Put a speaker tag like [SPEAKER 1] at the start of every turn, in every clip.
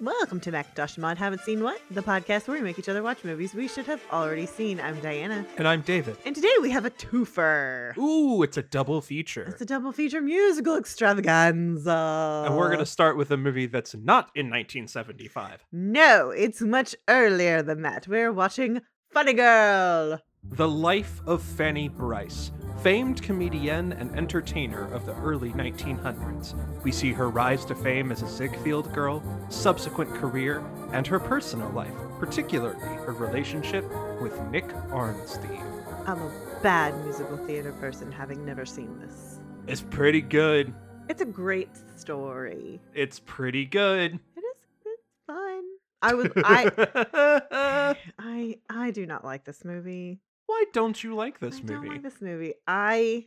[SPEAKER 1] welcome to Macintosh Mod Haven't Seen What, the podcast where we make each other watch movies we should have already seen. I'm Diana.
[SPEAKER 2] And I'm David.
[SPEAKER 1] And today we have a twofer.
[SPEAKER 2] Ooh, it's a double feature.
[SPEAKER 1] It's a double feature musical extravaganza.
[SPEAKER 2] and we're going to start with a movie that's not in 1975.
[SPEAKER 1] No, it's much earlier than that. We're watching Funny Girl.
[SPEAKER 2] The Life of Fanny Bryce, famed comedienne and entertainer of the early 1900s. We see her rise to fame as a Ziegfeld girl, subsequent career, and her personal life, particularly her relationship with Nick Arnstein.
[SPEAKER 1] I'm a bad musical theater person, having never seen this.
[SPEAKER 2] It's pretty good.
[SPEAKER 1] It's a great story.
[SPEAKER 2] It's pretty good.
[SPEAKER 1] It is it's fun. I was I
[SPEAKER 2] Why
[SPEAKER 1] I I do not like this movie.
[SPEAKER 2] don't you like this
[SPEAKER 1] I
[SPEAKER 2] movie?
[SPEAKER 1] don't like this movie. I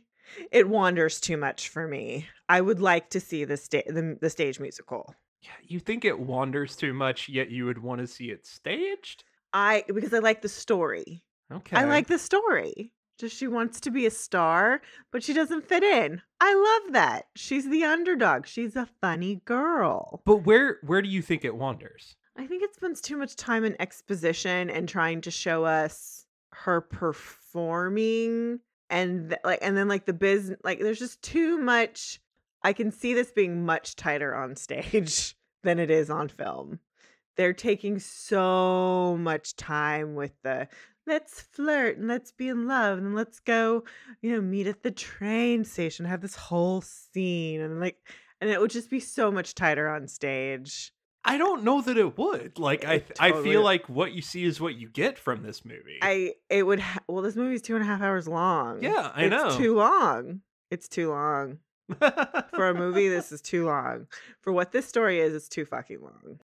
[SPEAKER 1] it wanders too much for me. I would like to see the sta- the, the stage musical.
[SPEAKER 2] Yeah, you think it wanders too much, yet you would want to see it staged?
[SPEAKER 1] I because I like the story.
[SPEAKER 2] Okay.
[SPEAKER 1] I like the story. Just she wants to be a star, but she doesn't fit in. I love that. She's the underdog. She's a funny girl.
[SPEAKER 2] But where where do you think it wanders?
[SPEAKER 1] I think it spends too much time in exposition and trying to show us her performing and th- like and then like the biz like there's just too much I can see this being much tighter on stage than it is on film. They're taking so much time with the let's flirt and let's be in love and let's go, you know, meet at the train station, have this whole scene and like and it would just be so much tighter on stage.
[SPEAKER 2] I don't know that it would. Like I
[SPEAKER 1] It
[SPEAKER 2] I
[SPEAKER 1] totally-
[SPEAKER 2] feel like what you see is what you get from this movie.
[SPEAKER 1] I it would ha- well this movie's two and a half hours long.
[SPEAKER 2] Yeah, I
[SPEAKER 1] it's
[SPEAKER 2] know.
[SPEAKER 1] Too long. It's too long for a movie. this is too long for what this story is. It's too fucking long.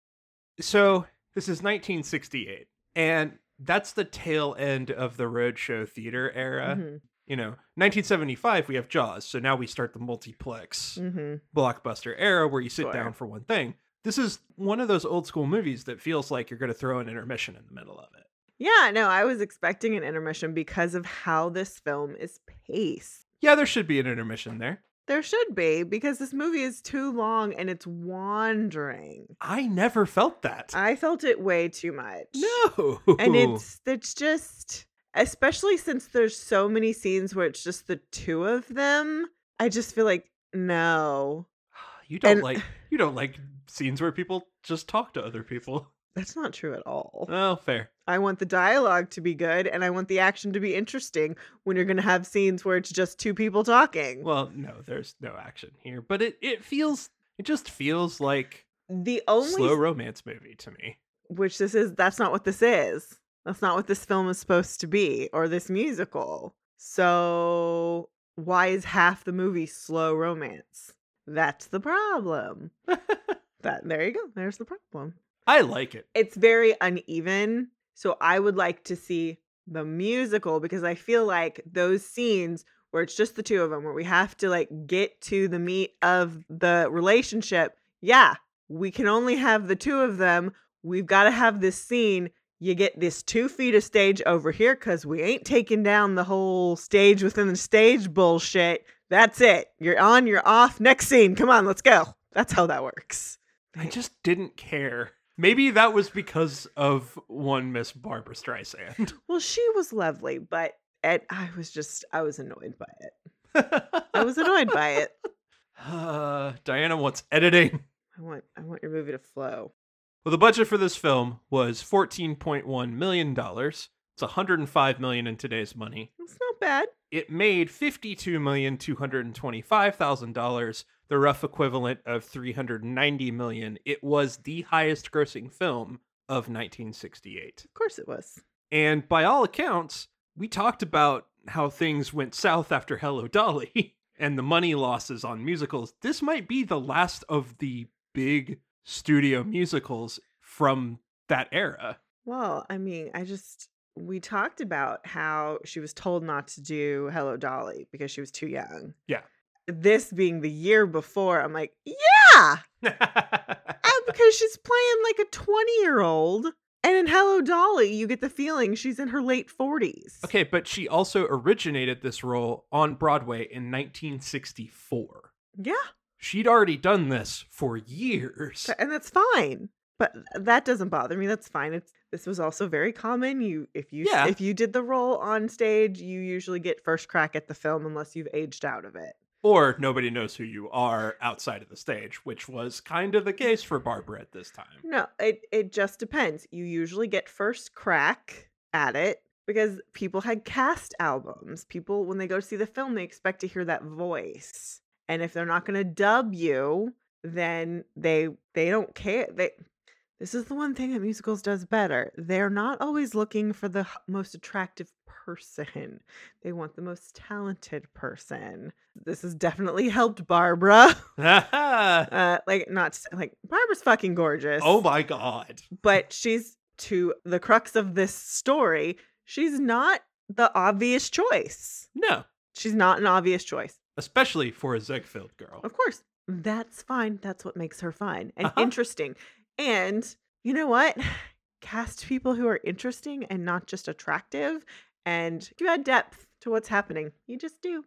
[SPEAKER 2] So, this is 1968 and that's the tail end of the roadshow theater era.
[SPEAKER 1] Mhm,
[SPEAKER 2] You know, 1975 we have Jaws, so now we start the multiplex.
[SPEAKER 1] mhm.
[SPEAKER 2] blockbuster era where you sit
[SPEAKER 1] Sure.
[SPEAKER 2] down for one thing. This is one of those old school movies that feels like you're going to throw an intermission in the middle of it.
[SPEAKER 1] Yeah, no, I was expecting an intermission because of how this film is paced.
[SPEAKER 2] Yeah, there should be an intermission there.
[SPEAKER 1] There should be because this movie is too long and it's wandering.
[SPEAKER 2] I never felt that.
[SPEAKER 1] I felt it way too much.
[SPEAKER 2] no.
[SPEAKER 1] and it's it's just especially since there's so many scenes where it's just the two of them i just feel like no
[SPEAKER 2] you don't
[SPEAKER 1] and-
[SPEAKER 2] like you don't like scenes where people just talk to other people.
[SPEAKER 1] that's not true at all
[SPEAKER 2] Oh, fair.
[SPEAKER 1] i want the dialogue to be good and i want the action to be interesting when you're going to have scenes where it's just two people talking
[SPEAKER 2] Well, no, there's no action here, but it it feels it just feels like
[SPEAKER 1] the
[SPEAKER 2] a
[SPEAKER 1] only
[SPEAKER 2] slow romance movie to me.
[SPEAKER 1] which this is that's not what this is that's not what this film is supposed to be or this musical so why is half the movie slow romance that's the problem that there you go there's the problem
[SPEAKER 2] I like it.
[SPEAKER 1] it's very uneven so i would like to see the musical because i feel like those scenes where it's just the two of them where we have to like get to the meat of the relationship yeah we can only have the two of them we've got to have this scene you get this two feet of stage over here because we ain't taking down the whole stage within the stage bullshit that's it you're on you're off next scene come on let's go that's how that works
[SPEAKER 2] I just didn't care. Maybe that was because of one Miss Barbara Streisand.
[SPEAKER 1] Well, she was lovely, but and I was just I was annoyed by it. I was annoyed by it.
[SPEAKER 2] Uh, Diana wants editing.
[SPEAKER 1] I want I want your movie to flow.
[SPEAKER 2] Well, the budget for this film was fourteen point one million dollars. It's one hundred and five million in today's money.
[SPEAKER 1] It's not bad.
[SPEAKER 2] It made fifty-two million two hundred and twenty-five thousand dollars, the rough equivalent of three hundred and ninety million. It was the highest-grossing film of nineteen sixty-eight.
[SPEAKER 1] Of course it was.
[SPEAKER 2] And by all accounts, we talked about how things went south after Hello Dolly and the money losses on musicals. This might be the last of the big studio musicals from that era.
[SPEAKER 1] Well, I mean, I just we talked about how she was told not to do Hello Dolly because she was too young.
[SPEAKER 2] Yeah.
[SPEAKER 1] This being the year before, I'm like, yeah, uh, because she's playing like a 20 year old. And in Hello Dolly, you get the feeling she's in her late 40s.
[SPEAKER 2] okay, but she also originated this role on Broadway in 1964.
[SPEAKER 1] Yeah.
[SPEAKER 2] She'd already done this for years.
[SPEAKER 1] and that's fine. but that doesn't bother me. That's fine. It's this was also very common. You if you
[SPEAKER 2] Yeah.
[SPEAKER 1] if you did the role on stage, you usually get first crack at the film unless you've aged out of it.
[SPEAKER 2] Or nobody knows who you are outside of the stage, which was kind of the case for Barbara at this time.
[SPEAKER 1] No, it it just depends. You usually get first crack at it because people had cast albums. People when they go to see the film, they expect to hear that voice. And if they're not going to dub you, then they they don't care. They This is the one thing that musicals does better. They're not always looking for the h- most attractive person. They want the most talented person. This has definitely helped Barbara. Uh, like not s- like Barbara's fucking gorgeous
[SPEAKER 2] oh my god.
[SPEAKER 1] but she's to the crux of this story, she's not the obvious choice.
[SPEAKER 2] No,
[SPEAKER 1] She's not an obvious choice.
[SPEAKER 2] especially for a Ziegfeld girl.
[SPEAKER 1] Of course, that's fine. That's what makes her fine and
[SPEAKER 2] Uh-huh.
[SPEAKER 1] interesting. And you know what? Cast people who are interesting and not just attractive and you add depth to what's happening. You just do.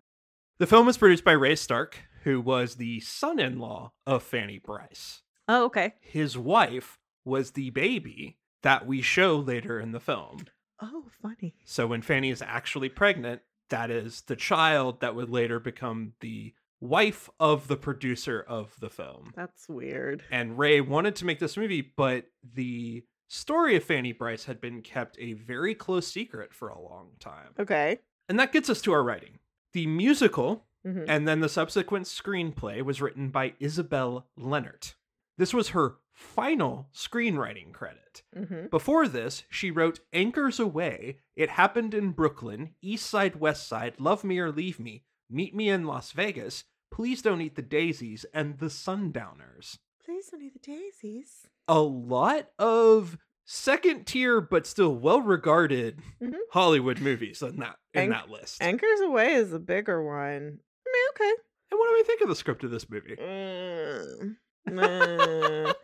[SPEAKER 2] The film was produced by Ray Stark, who was the son in law of Fanny Bryce.
[SPEAKER 1] Oh, okay.
[SPEAKER 2] His wife was the baby that we show later in the film.
[SPEAKER 1] Oh, funny.
[SPEAKER 2] So when Fanny is actually pregnant, that is the child that would later become the wife of the producer of the film.
[SPEAKER 1] That's weird.
[SPEAKER 2] And Ray wanted to make this movie, but the story of Fanny Bryce had been kept a very close secret for a long time.
[SPEAKER 1] Okay.
[SPEAKER 2] And that gets us to our writing. The musical
[SPEAKER 1] Mhm.
[SPEAKER 2] and then the subsequent screenplay was written by Isabel Leonard. This was her final screenwriting credit.
[SPEAKER 1] Mhm.
[SPEAKER 2] Before this, she wrote Anchors Away, It Happened in Brooklyn, East Side, West Side, Love Me or Leave Me, Meet Me in Las Vegas, Please Don't Eat the Daisies, and The Sundowners.
[SPEAKER 1] Please don't eat the daisies.
[SPEAKER 2] A lot of second tier but still well regarded
[SPEAKER 1] Mhm.
[SPEAKER 2] Hollywood movies on that
[SPEAKER 1] Anch-
[SPEAKER 2] in that list.
[SPEAKER 1] Anchors Away is a bigger one. I mean, okay.
[SPEAKER 2] and what do we think of the script of this movie?
[SPEAKER 1] Mm. Mm.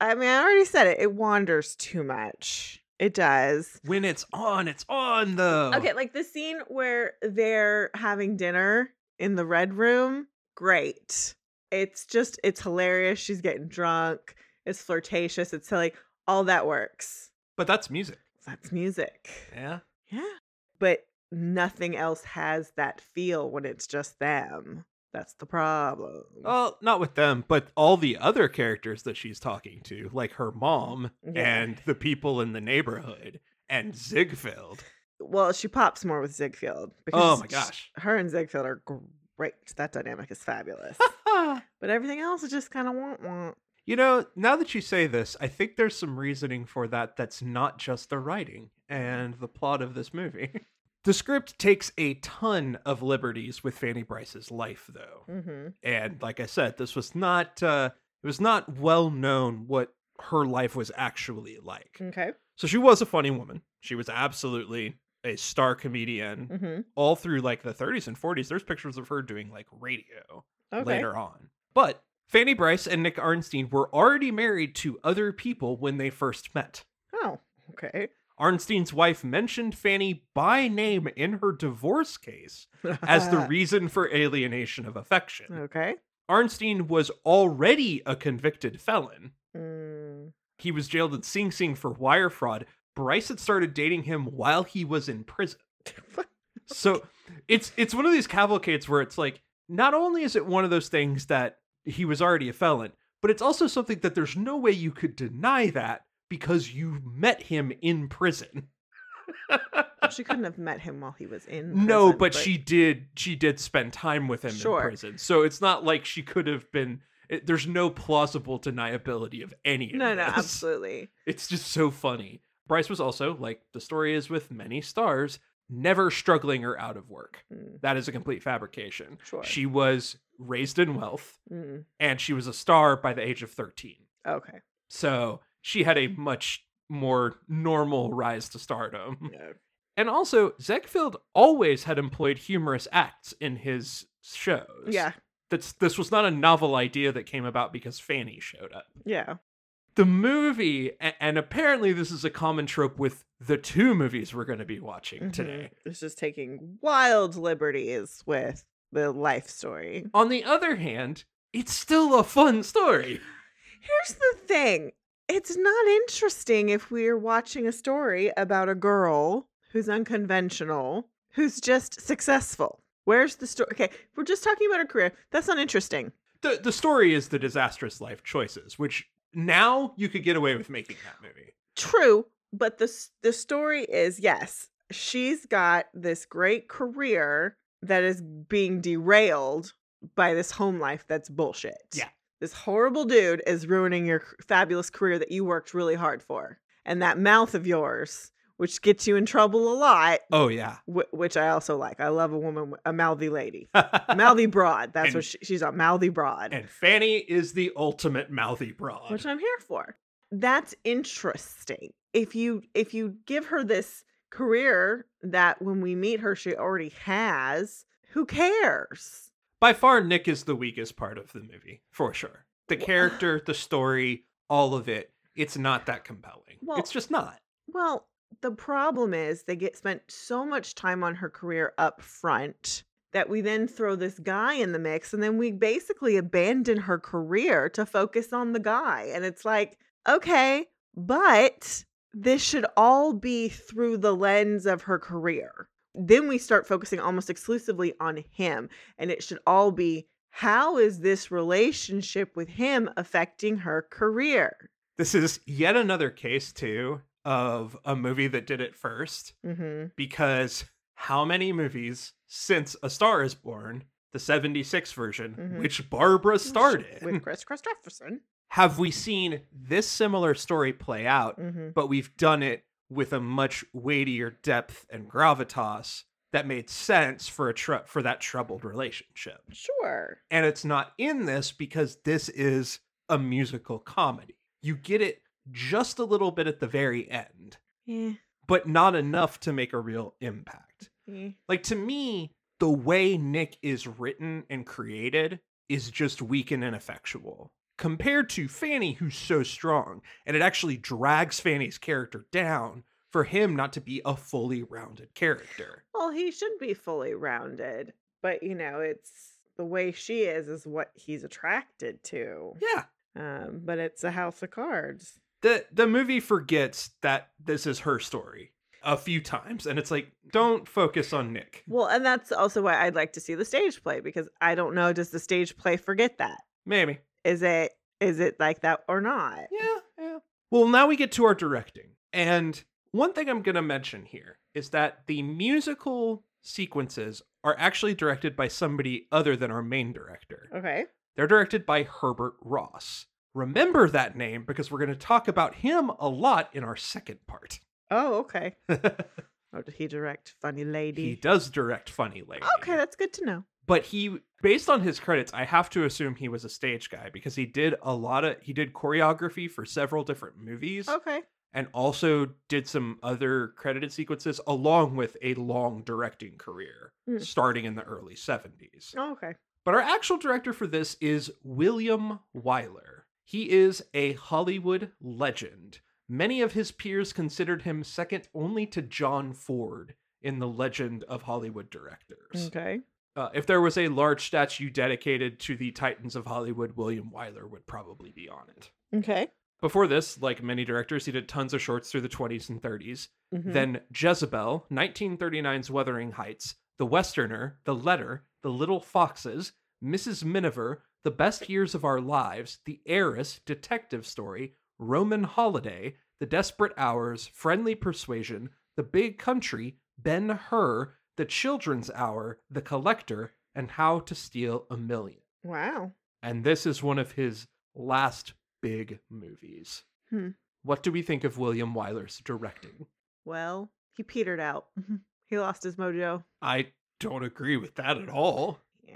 [SPEAKER 1] I mean, I already said it. It wanders too much. It does.
[SPEAKER 2] When it's on, it's on though.
[SPEAKER 1] Okay, like the scene where they're having dinner in the red room. Great. It's just, it's hilarious. She's getting drunk. It's flirtatious. It's like all that works.
[SPEAKER 2] But that's music.
[SPEAKER 1] That's music.
[SPEAKER 2] Yeah.
[SPEAKER 1] Yeah. But nothing else has that feel when it's just them. That's the problem.
[SPEAKER 2] Well, not with them, but all the other characters that she's talking to, like her mom
[SPEAKER 1] Yeah.
[SPEAKER 2] and the people in the neighborhood and Ziegfeld.
[SPEAKER 1] well, she pops more with Ziegfeld.
[SPEAKER 2] Oh my
[SPEAKER 1] sh-
[SPEAKER 2] gosh.
[SPEAKER 1] her and Ziegfeld are great. That dynamic is fabulous. but everything else is just kind of want want.
[SPEAKER 2] you know, now that you say this, I think there's some reasoning for that that's not just the writing and the plot of this movie. The script takes a ton of liberties with Fanny Bryce's life, though.
[SPEAKER 1] Mm-hmm.
[SPEAKER 2] and like i said this was not uh it was not well known what her life was actually like
[SPEAKER 1] Okay.
[SPEAKER 2] so she was a funny woman she was absolutely a star comedian
[SPEAKER 1] Mm-hmm.
[SPEAKER 2] all through like the 30s and 40s there's pictures of her doing like radio
[SPEAKER 1] Okay.
[SPEAKER 2] later on but fanny bryce and nick arnstein were already married to other people when they first met
[SPEAKER 1] Oh. Okay.
[SPEAKER 2] arnstein's wife mentioned fanny by name in her divorce case as the reason for alienation of affection
[SPEAKER 1] Uh, okay.
[SPEAKER 2] Arnstein was already a convicted felon.
[SPEAKER 1] Mm.
[SPEAKER 2] He was jailed in Sing Sing for wire fraud. Bryce had started dating him while he was in prison. So it's it's one of these cavalcades where it's like not only is it one of those things that he was already a felon, but it's also something that there's no way you could deny that because you met him in prison.
[SPEAKER 1] she couldn't have met him while he was in.
[SPEAKER 2] no,
[SPEAKER 1] prison,
[SPEAKER 2] but, she did she did spend time with him
[SPEAKER 1] Sure.
[SPEAKER 2] in prison. So it's not like she could have been it, there's no plausible deniability of any of
[SPEAKER 1] No, no,
[SPEAKER 2] this.
[SPEAKER 1] absolutely.
[SPEAKER 2] It's just so funny. Bryce was also, like the story is with many stars, never struggling or out of work.
[SPEAKER 1] Mm,
[SPEAKER 2] That is a complete fabrication.
[SPEAKER 1] Sure.
[SPEAKER 2] She was raised in wealth
[SPEAKER 1] Mm.
[SPEAKER 2] and she was a star by the age of 13.
[SPEAKER 1] Okay.
[SPEAKER 2] So she had a much more normal rise to stardom.
[SPEAKER 1] No.
[SPEAKER 2] And also, Zegfield always had employed humorous acts in his shows.
[SPEAKER 1] Yeah.
[SPEAKER 2] That's this was not a novel idea that came about because Fanny showed up
[SPEAKER 1] Yeah.
[SPEAKER 2] the movie a- and apparently this is a common trope with the two movies we're going to be watching
[SPEAKER 1] Mhm.
[SPEAKER 2] today
[SPEAKER 1] It's just taking wild liberties with the life story.
[SPEAKER 2] on the other hand it's still a fun story
[SPEAKER 1] Here's the thing. it's not interesting if we're watching a story about a girl who's unconventional, who's just successful. Where's the story? Okay, if we're just talking about her career. That's not interesting.
[SPEAKER 2] The the story is the disastrous life choices, which now you could get away with making that movie.
[SPEAKER 1] True, but the s- the story is yes, she's got this great career that is being derailed by this home life that's bullshit.
[SPEAKER 2] Yeah.
[SPEAKER 1] This horrible dude is ruining your c- fabulous career that you worked really hard for. And that mouth of yours, which gets you in trouble a lot,
[SPEAKER 2] Oh yeah.
[SPEAKER 1] wh- which I also like. I love a woman, w- a mouthy lady. Mouthy broad. That's
[SPEAKER 2] And-
[SPEAKER 1] what she, she's on. Mouthy broad.
[SPEAKER 2] and Fanny is the ultimate mouthy broad.
[SPEAKER 1] which I'm here for. That's interesting. If you if you give her this career that when we meet her she already has, who cares?
[SPEAKER 2] By far, Nick is the weakest part of the movie, for sure. The character, the story, all of it, it's not that compelling.
[SPEAKER 1] Well-
[SPEAKER 2] it's just not.
[SPEAKER 1] Well, the problem is they get spent so much time on her career up front that we then throw this guy in the mix and then we basically abandon her career to focus on the guy. And it's like, okay, but this should all be through the lens of her career. Then we start focusing almost exclusively on him. And it should all be how is this relationship with him affecting her career?
[SPEAKER 2] This is yet another case, too, of a movie that did it first,
[SPEAKER 1] Mm-hmm.
[SPEAKER 2] because how many movies since A Star is Born, the 76 version,
[SPEAKER 1] Mhm.
[SPEAKER 2] which Barbara starred
[SPEAKER 1] with
[SPEAKER 2] in,
[SPEAKER 1] Chris Christopherson.
[SPEAKER 2] have we seen this similar story play out
[SPEAKER 1] Mm-hmm.
[SPEAKER 2] but we've done it with a much weightier depth and gravitas that made sense for a tr- for that troubled relationship.
[SPEAKER 1] Sure.
[SPEAKER 2] And it's not in this because this is a musical comedy. You get it just a little bit at the very end,
[SPEAKER 1] Yeah.
[SPEAKER 2] but not enough to make a real impact.
[SPEAKER 1] yeah.
[SPEAKER 2] Like to me, the way Nick is written and created is just weak and ineffectual compared to Fanny, who's so strong. And it actually drags Fanny's character down for him not to be a fully rounded character.
[SPEAKER 1] Well, he should be fully rounded, but you know, it's the way she is is what he's attracted to.
[SPEAKER 2] Yeah.
[SPEAKER 1] Um, but it's a house of cards.
[SPEAKER 2] The the movie forgets that this is her story a few times and it's like don't focus on Nick.
[SPEAKER 1] Well, and that's also why I'd like to see the stage play because I don't know does the stage play forget that?
[SPEAKER 2] Maybe.
[SPEAKER 1] Is it is it like that or not?
[SPEAKER 2] Yeah, yeah. Well, now we get to our directing. And one thing I'm going to mention here is that the musical sequences are actually directed by somebody other than our main director.
[SPEAKER 1] Okay.
[SPEAKER 2] They're directed by Herbert Ross. Remember that name because we're going to talk about him a lot in our second part.
[SPEAKER 1] Oh, okay. Oh, did he direct Funny Lady?
[SPEAKER 2] he does direct Funny Lady.
[SPEAKER 1] okay, that's good to know.
[SPEAKER 2] but he based on his credits i have to assume he was a stage guy because he did a lot of he did choreography for several different movies
[SPEAKER 1] Okay.
[SPEAKER 2] and also did some other credited sequences along with a long directing career
[SPEAKER 1] Mm.
[SPEAKER 2] starting in the early 70s.
[SPEAKER 1] Oh, okay.
[SPEAKER 2] But our actual director for this is William Wyler. He is a Hollywood legend. Many of his peers considered him second only to John Ford in the legend of Hollywood directors.
[SPEAKER 1] Okay.
[SPEAKER 2] Uh, if there was a large statue dedicated to the Titans of Hollywood, William Wyler would probably be on it.
[SPEAKER 1] Okay.
[SPEAKER 2] Before this, like many directors, he did tons of shorts through the 20s and 30s.
[SPEAKER 1] Mhm.
[SPEAKER 2] Then Jezebel, 1939's Wuthering Heights, The Westerner, The Letter, The Little Foxes, Mrs. Miniver, The Best Years of Our Lives, The Heiress, Detective Story, Roman Holiday, The Desperate Hours, Friendly Persuasion, The Big Country, Ben Hur, The Children's Hour, The Collector, and How to Steal a Million.
[SPEAKER 1] wow.
[SPEAKER 2] And this is one of his last big movies.
[SPEAKER 1] Hmm.
[SPEAKER 2] What do we think of William Wyler's directing?
[SPEAKER 1] Well, he petered out. he lost his mojo.
[SPEAKER 2] I don't agree with that at all.
[SPEAKER 1] Yeah,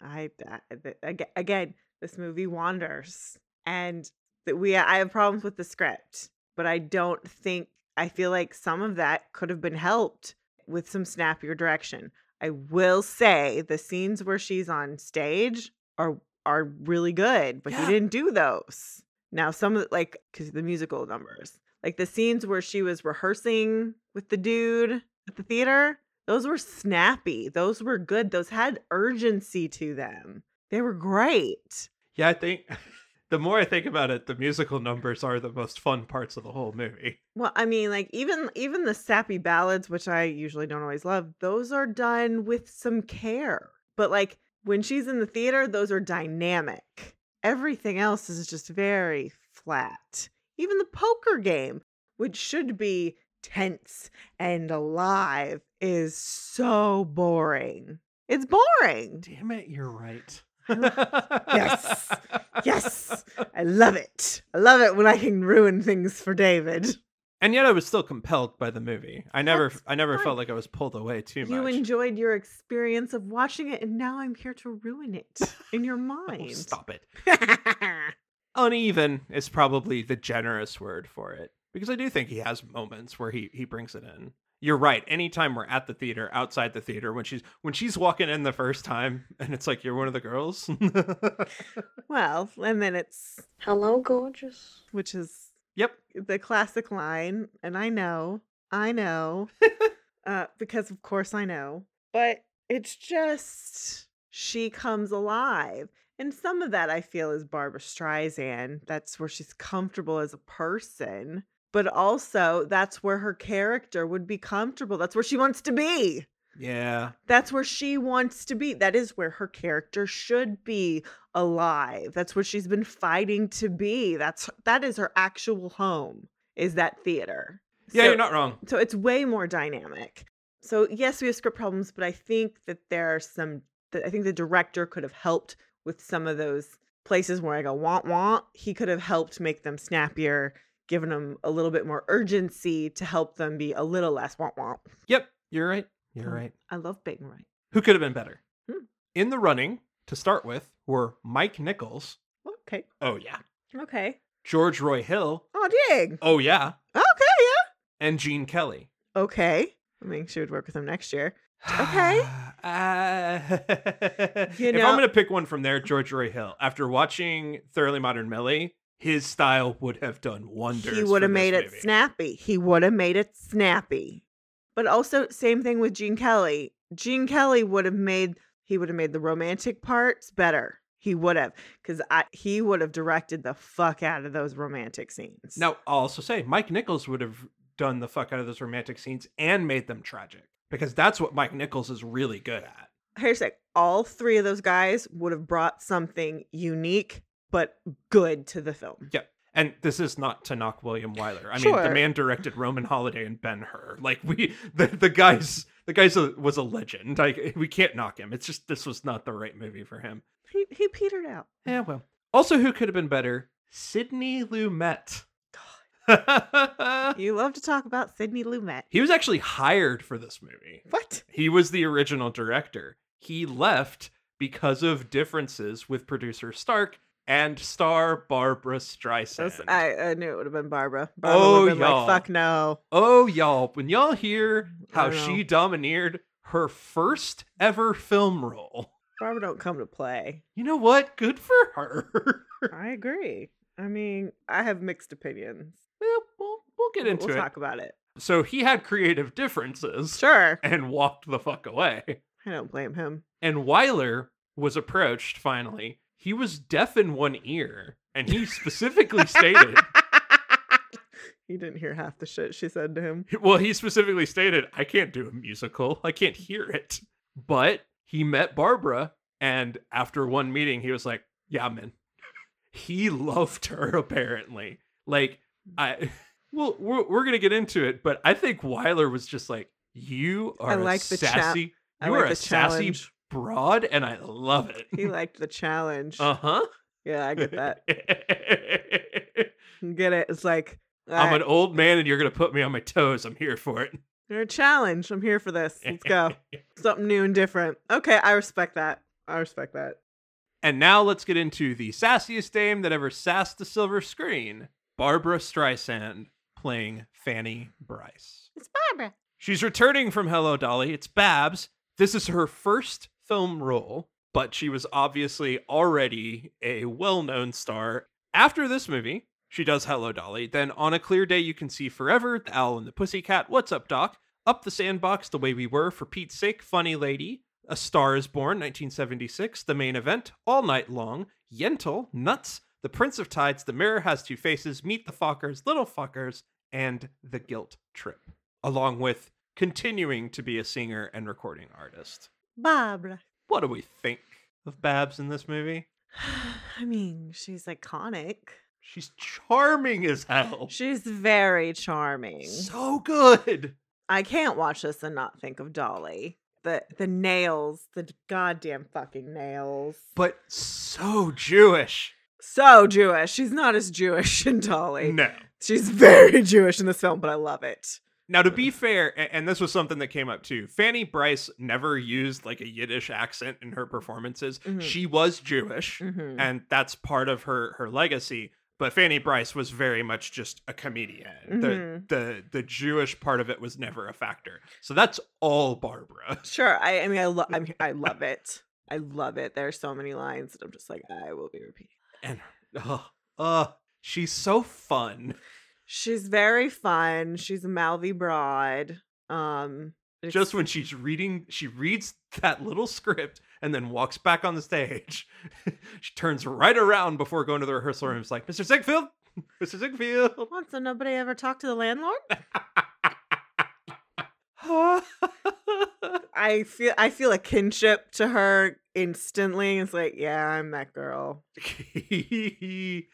[SPEAKER 1] I, I th- aga- again, this movie wanders, and that we I have problems with the script, but I don't think I feel like some of that could have been helped with some snappier direction. I will say the scenes where she's on stage are are really good, but
[SPEAKER 2] Yeah.
[SPEAKER 1] he didn't do those. Now some of the, like because the musical numbers, like the scenes where she was rehearsing with the dude at the theater, those were snappy. Those were good. Those had urgency to them. They were great.
[SPEAKER 2] Yeah, I think the more I think about it, the musical numbers are the most fun parts of the whole movie.
[SPEAKER 1] Well, I mean, like even even the sappy ballads, which I usually don't always love, those are done with some care. But like when she's in the theater, those are dynamic. Everything else is just very flat. Even the poker game, which should be tense and alive, is so boring. It's boring.
[SPEAKER 2] Damn it, you're right.
[SPEAKER 1] Yes. Yes. I love it. I love it when I can ruin things for David.
[SPEAKER 2] And yet I was still compelled by the movie. I never
[SPEAKER 1] That's
[SPEAKER 2] I never
[SPEAKER 1] fine.
[SPEAKER 2] felt like I was pulled away too
[SPEAKER 1] You
[SPEAKER 2] much.
[SPEAKER 1] enjoyed your experience of watching it, and now I'm here to ruin it in your
[SPEAKER 2] Oh,
[SPEAKER 1] mind.
[SPEAKER 2] stop it. Uneven is probably the generous word for it. Because I do think he has moments where he, he brings it in. You're right. Anytime we're at the theater, outside the theater, when she's when she's walking in the first time and it's like you're one of the girls.
[SPEAKER 1] well, and then it's
[SPEAKER 3] Hello, gorgeous.
[SPEAKER 1] which is
[SPEAKER 2] yep.
[SPEAKER 1] the classic line, and I know, I know, uh, because of course I know, but it's just she comes alive. And some of that I feel is Barbara Streisand. That's where she's comfortable as a person, but also that's where her character would be comfortable. That's where she wants to be.
[SPEAKER 2] Yeah.
[SPEAKER 1] That's where she wants to be. That is where her character should be alive. That's where she's been fighting to be. That's that is her actual home is that theater.
[SPEAKER 2] Yeah,
[SPEAKER 1] so,
[SPEAKER 2] you're not wrong.
[SPEAKER 1] so it's way more dynamic. So yes, we have script problems, but I think that there are some that I think the director could have helped with some of those places where I go want want. He could have helped make them snappier, given them a little bit more urgency to help them be a little less want want.
[SPEAKER 2] Yep, you're right. You're
[SPEAKER 1] Mm.
[SPEAKER 2] right.
[SPEAKER 1] I love being right.
[SPEAKER 2] Who could have been better?
[SPEAKER 1] Hmm.
[SPEAKER 2] In the running to start with were Mike Nichols.
[SPEAKER 1] Okay.
[SPEAKER 2] Oh yeah.
[SPEAKER 1] Okay.
[SPEAKER 2] George Roy Hill.
[SPEAKER 1] Oh, dang.
[SPEAKER 2] Oh yeah.
[SPEAKER 1] Okay, yeah.
[SPEAKER 2] And Gene Kelly.
[SPEAKER 1] Okay. I think she would work with him next year. Okay.
[SPEAKER 2] Uh,
[SPEAKER 1] You
[SPEAKER 2] if
[SPEAKER 1] know-
[SPEAKER 2] I'm going to pick one from there, George Roy Hill. After watching Thoroughly Modern Millie, his style would have done wonders.
[SPEAKER 1] he would have
[SPEAKER 2] for this
[SPEAKER 1] made it
[SPEAKER 2] movie.
[SPEAKER 1] snappy. He would have made it snappy. But also, same thing with Gene Kelly. Gene Kelly would have made he would have made the romantic parts better. He would have, because he would have directed the fuck out of those romantic scenes.
[SPEAKER 2] Now, I'll also say Mike Nichols would have done the fuck out of those romantic scenes and made them tragic because that's what Mike Nichols is really good at.
[SPEAKER 1] here's like all three of those guys would have brought something unique but good to the film.
[SPEAKER 2] And this is not to knock William Wyler. I mean,
[SPEAKER 1] Sure.
[SPEAKER 2] the man directed Roman Holiday and Ben Hur. Like we, the, the guys, the guys a- was a legend. Like we can't knock him. It's just this was not the right movie for him.
[SPEAKER 1] He he petered out.
[SPEAKER 2] Yeah, Eh, well. Also, who could have been better? Sidney Lumet.
[SPEAKER 1] You love to talk about Sidney Lumet.
[SPEAKER 2] he was actually hired for this movie.
[SPEAKER 1] What?
[SPEAKER 2] He was the original director. He left because of differences with producer Stark and star Barbara Streisand.
[SPEAKER 1] That's- I, I knew it would have been Barbara. Barbara
[SPEAKER 2] Oh,
[SPEAKER 1] would have been
[SPEAKER 2] y'all.
[SPEAKER 1] like, fuck no.
[SPEAKER 2] Oh, y'all, when y'all hear how
[SPEAKER 1] I know.
[SPEAKER 2] she domineered her first ever film role,
[SPEAKER 1] Barbara don't come to play.
[SPEAKER 2] you know what? Good for her.
[SPEAKER 1] I agree. I mean, I have mixed opinions.
[SPEAKER 2] we'll, we'll, we'll get
[SPEAKER 1] We'll-
[SPEAKER 2] into
[SPEAKER 1] we'll
[SPEAKER 2] it.
[SPEAKER 1] talk about it.
[SPEAKER 2] So he had creative differences
[SPEAKER 1] Sure.
[SPEAKER 2] and walked the fuck away.
[SPEAKER 1] I don't blame him.
[SPEAKER 2] And Weiler was approached finally. He was deaf in one ear, and he specifically stated,
[SPEAKER 1] he didn't hear half the shit she said to him.
[SPEAKER 2] well, he specifically stated, I can't do a musical. I can't hear it. But he met Barbara, and after one meeting, he was like, yeah, man. He loved her, apparently. Like, I, well, we're, we're going to get into it, but I think Weiler was just like, you are
[SPEAKER 1] I
[SPEAKER 2] a
[SPEAKER 1] like the cha-
[SPEAKER 2] sassy,
[SPEAKER 1] I
[SPEAKER 2] you
[SPEAKER 1] like
[SPEAKER 2] are a
[SPEAKER 1] the
[SPEAKER 2] sassy
[SPEAKER 1] challenge.
[SPEAKER 2] broad, and I love it.
[SPEAKER 1] He liked the challenge.
[SPEAKER 2] Uh huh.
[SPEAKER 1] yeah, I get that.
[SPEAKER 2] I'm
[SPEAKER 1] Get it? It's like, "All right,
[SPEAKER 2] an old man and you're going to put me on my toes. I'm here for it.
[SPEAKER 1] you're a challenge. I'm here for this. Let's go. Something new and different. Okay, I respect that. I respect that.
[SPEAKER 2] and now let's get into the sassiest dame that ever sassed the silver screen Barbara Streisand playing Fanny Bryce.
[SPEAKER 1] It's Barbara.
[SPEAKER 2] She's returning from Hello Dolly. It's Babs. This is her first film role, but she was obviously already a well known star. After this movie, she does Hello Dolly. Then on a clear day, you can see Forever, The Owl and the Pussycat, What's Up, Doc, Up the Sandbox, The Way We Were, For Pete's Sake, Funny Lady, A Star is Born, 1976, The Main Event, All Night Long, Yentl, Nuts, The Prince of Tides, The Mirror Has Two Faces, Meet the Fockers, Little Fuckers, and The Guilt Trip, along with continuing to be a singer and recording artist.
[SPEAKER 1] Barbara.
[SPEAKER 2] What do we think of Babs in this movie?
[SPEAKER 1] I mean, she's iconic.
[SPEAKER 2] She's charming as hell.
[SPEAKER 1] She's very charming.
[SPEAKER 2] So good.
[SPEAKER 1] I can't watch this and not think of Dolly. The the nails, the goddamn fucking nails.
[SPEAKER 2] But so Jewish.
[SPEAKER 1] So Jewish. She's not as Jewish in Dolly.
[SPEAKER 2] No.
[SPEAKER 1] She's very Jewish in this film, but I love it.
[SPEAKER 2] Now, to be fair, a- and this was something that came up too, Fanny Bryce never used like a Yiddish accent in her performances.
[SPEAKER 1] Mhm.
[SPEAKER 2] She was Jewish,
[SPEAKER 1] Mhm.
[SPEAKER 2] and that's part of her her legacy. But Fanny Bryce was very much just a comedian.
[SPEAKER 1] Mhm.
[SPEAKER 2] The the the Jewish part of it was never a factor. So that's all Barbara.
[SPEAKER 1] Sure. I, I mean, I love. I love it. I love it. There are so many lines that I'm just like, I will be repeating.
[SPEAKER 2] And uh, uh she's so fun.
[SPEAKER 1] She's very fun. She's a mouthy broad. Um, it's-
[SPEAKER 2] Just when she's reading, she reads that little script and then walks back on the stage. she turns right around before going to the rehearsal room. It's like, Mr. Ziegfeld, Mr. Ziegfeld.
[SPEAKER 1] What, so nobody ever talked to the landlord. I feel I feel a kinship to her instantly. It's like, yeah, I'm that girl.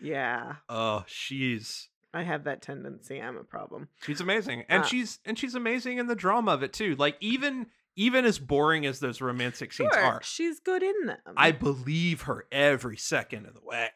[SPEAKER 1] Yeah,
[SPEAKER 2] oh, she's
[SPEAKER 1] I have that tendency. I'm a problem.
[SPEAKER 2] she's amazing, and
[SPEAKER 1] Uh,
[SPEAKER 2] she's and she's amazing in the drama of it too. Like even even as boring as those romantic scenes
[SPEAKER 1] Sure,
[SPEAKER 2] are,
[SPEAKER 1] she's good in them.
[SPEAKER 2] I believe her every second of the way.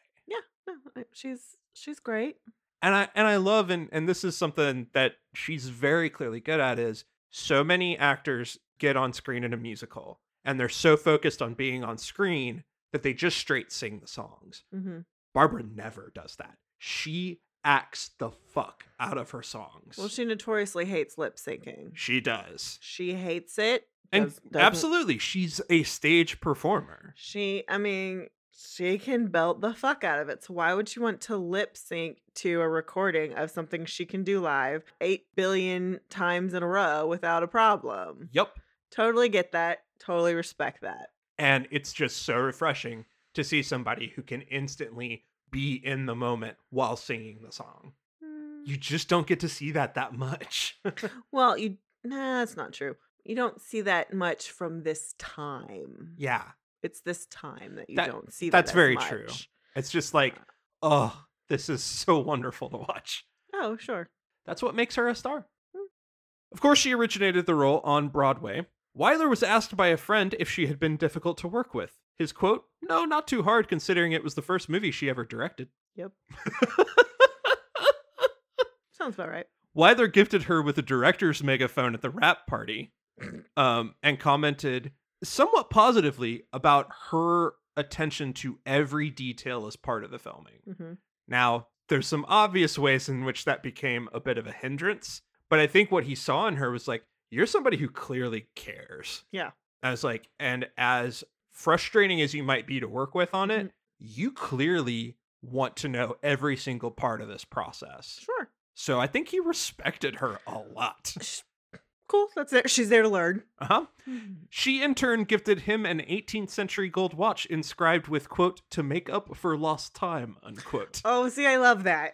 [SPEAKER 1] No, I- she's she's great.
[SPEAKER 2] and I and I love and and this is something that she's very clearly good at is so many actors get on screen in a musical and they're so focused on being on screen that they just straight sing the songs.
[SPEAKER 1] hmm
[SPEAKER 2] Barbara never does that. She acts the fuck out of her songs.
[SPEAKER 1] Well, she notoriously hates lip syncing.
[SPEAKER 2] she does.
[SPEAKER 1] She hates it.
[SPEAKER 2] And
[SPEAKER 1] does- doesn't-
[SPEAKER 2] absolutely, she's a stage performer.
[SPEAKER 1] She, I mean, she can belt the fuck out of it. So why would she want to lip sync to a recording of something she can do live eight billion times in a row without a problem?
[SPEAKER 2] Yep.
[SPEAKER 1] Totally get that. Totally respect that.
[SPEAKER 2] And it's just so refreshing to see somebody who can instantly be in the moment while singing the song.
[SPEAKER 1] Mm.
[SPEAKER 2] you just don't get to see that that much.
[SPEAKER 1] Well, you nah, that's not true. You don't see that much from this time.
[SPEAKER 2] yeah,
[SPEAKER 1] It's this time that you
[SPEAKER 2] That-
[SPEAKER 1] don't see.
[SPEAKER 2] that's
[SPEAKER 1] that as
[SPEAKER 2] very true.
[SPEAKER 1] much.
[SPEAKER 2] it's just like, oh, this is so wonderful to watch.
[SPEAKER 1] Oh, sure.
[SPEAKER 2] That's what makes her a star.
[SPEAKER 1] Hmm.
[SPEAKER 2] Of course, she originated the role on Broadway. Weiler was asked by a friend if she had been difficult to work with. His quote, no, not too hard considering it was the first movie she ever directed.
[SPEAKER 1] Yep. Sounds about right.
[SPEAKER 2] Weiler gifted her with a director's megaphone at the rap party um, and commented somewhat positively about her attention to every detail as part of the filming.
[SPEAKER 1] hmm
[SPEAKER 2] Now, there's some obvious ways in which that became a bit of a hindrance, but I think what he saw in her was like, you're somebody who clearly cares.
[SPEAKER 1] Yeah.
[SPEAKER 2] I was like, and as frustrating as you might be to work with on it,
[SPEAKER 1] Mhm.
[SPEAKER 2] you clearly want to know every single part of this process.
[SPEAKER 1] Sure.
[SPEAKER 2] So I think he respected her a lot.
[SPEAKER 1] Cool. That's it. She's there to learn.
[SPEAKER 2] Uh-huh. She in turn gifted him an 18th century gold watch inscribed with quote to make up for lost time unquote.
[SPEAKER 1] Oh, see, I love that.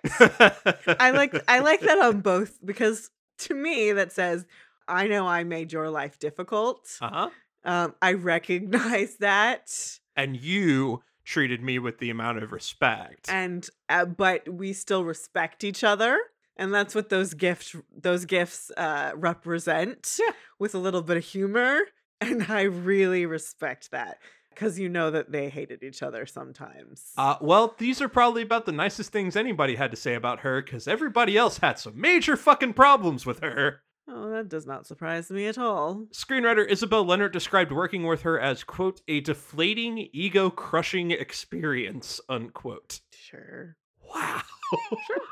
[SPEAKER 1] I like I like that on both because to me that says I know I made your life difficult.
[SPEAKER 2] Uh-huh.
[SPEAKER 1] Um, I recognize that,
[SPEAKER 2] And you treated me with the amount of respect.
[SPEAKER 1] and uh, but we still respect each other, and that's what those gifts those gifts uh, represent.
[SPEAKER 2] Yeah.
[SPEAKER 1] With a little bit of humor, and I really respect that because you know that they hated each other sometimes.
[SPEAKER 2] uh, well, these are probably about the nicest things anybody had to say about her because everybody else had some major fucking problems with her.
[SPEAKER 1] oh, that does not surprise me at all.
[SPEAKER 2] Screenwriter Isabel Leonard described working with her as, quote, a deflating, ego crushing experience, unquote.
[SPEAKER 1] Sure.
[SPEAKER 2] Wow.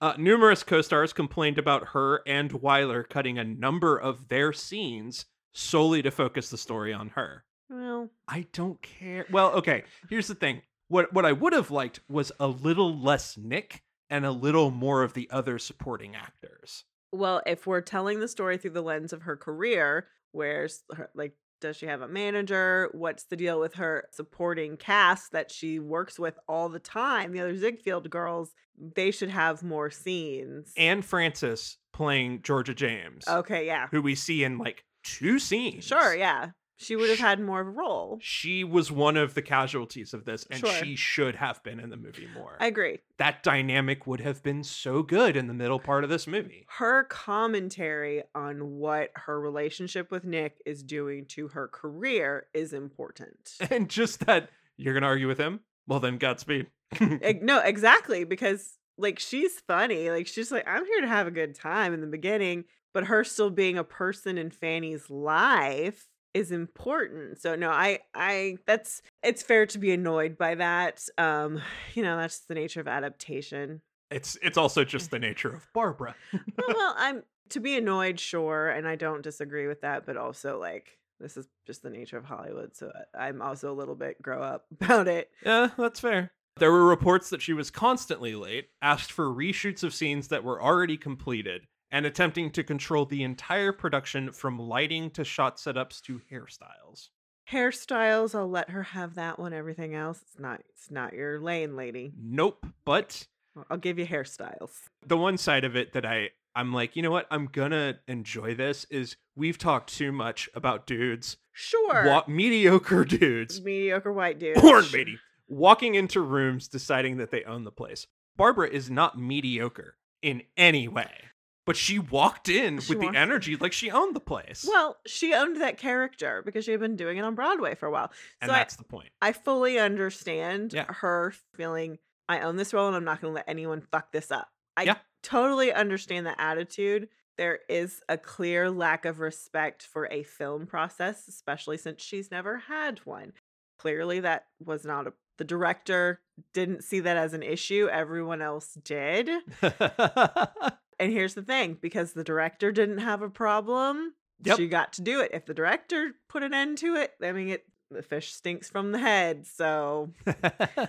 [SPEAKER 2] uh, numerous co stars complained about her and Weiler cutting a number of their scenes solely to focus the story on her.
[SPEAKER 1] Well,
[SPEAKER 2] I don't care. Well, okay, here's the thing. What, what I would have liked was a little less Nick and a little more of the other supporting actors.
[SPEAKER 1] well if we're telling the story through the lens of her career where's her, like Does she have a manager? What's the deal with her supporting cast that she works with all the time? The other Ziegfeld girls, they should have more scenes.
[SPEAKER 2] Anne Francis playing Georgia James,
[SPEAKER 1] okay, yeah.
[SPEAKER 2] who we see in like two scenes.
[SPEAKER 1] Oh. Sure, yeah. She would have
[SPEAKER 2] Sh-
[SPEAKER 1] had more of a role.
[SPEAKER 2] She was one of the casualties of this, and
[SPEAKER 1] Sure.
[SPEAKER 2] she should have been in the movie more.
[SPEAKER 1] I agree.
[SPEAKER 2] that dynamic would have been so good in the middle part of this movie.
[SPEAKER 1] her commentary on what her relationship with Nick is doing to her career is important.
[SPEAKER 2] And just that you're going to argue with him? Well, then Godspeed.
[SPEAKER 1] Ex- no, exactly, because like she's funny. Like she's like, I'm here to have a good time in the beginning, but her still being a person in Fanny's life is important. So no, I I that's it's fair to be annoyed by that. Um, you know, that's the nature of adaptation.
[SPEAKER 2] It's it's also just the nature of Barbara.
[SPEAKER 1] Oh, well, I'm to be annoyed, sure, and I don't disagree with that, but also like this is just the nature of Hollywood, so I- I'm also a little bit grow up about it.
[SPEAKER 2] Yeah, that's fair. There were reports that she was constantly late, asked for reshoots of scenes that were already completed, and attempting to control the entire production from lighting to shot setups to hairstyles.
[SPEAKER 1] Hairstyles, I'll let her have that one. Everything else, it's not it's not your lane, lady.
[SPEAKER 2] Nope, but
[SPEAKER 1] I'll- I'll give you hairstyles.
[SPEAKER 2] the one side of it that I I'm like, you know what? I'm gonna enjoy this is we've talked too much about dudes,
[SPEAKER 1] Sure.
[SPEAKER 2] wa- mediocre dudes,
[SPEAKER 1] Mediocre white dude.
[SPEAKER 2] porn baby, walking into rooms deciding that they own the place. Barbara is not mediocre in any way, but she walked in
[SPEAKER 1] She
[SPEAKER 2] with the
[SPEAKER 1] walked-
[SPEAKER 2] energy like she owned the place,
[SPEAKER 1] Well, she owned that character because she had been doing it on Broadway for a while.
[SPEAKER 2] and
[SPEAKER 1] so I,
[SPEAKER 2] that's the point.
[SPEAKER 1] I fully understand
[SPEAKER 2] Yeah.
[SPEAKER 1] her feeling I own this role and I'm not going to let anyone fuck this up. I
[SPEAKER 2] Yeah.
[SPEAKER 1] totally understand the attitude. There is a clear lack of respect for a film process, especially since she's never had one. Clearly, that was not a. The director didn't see that as an issue. Everyone else did. And here's the thing because the director didn't have a problem,
[SPEAKER 2] Yep.
[SPEAKER 1] she got to do it. If the director put an end to it, I mean, it, the fish stinks from the head. So,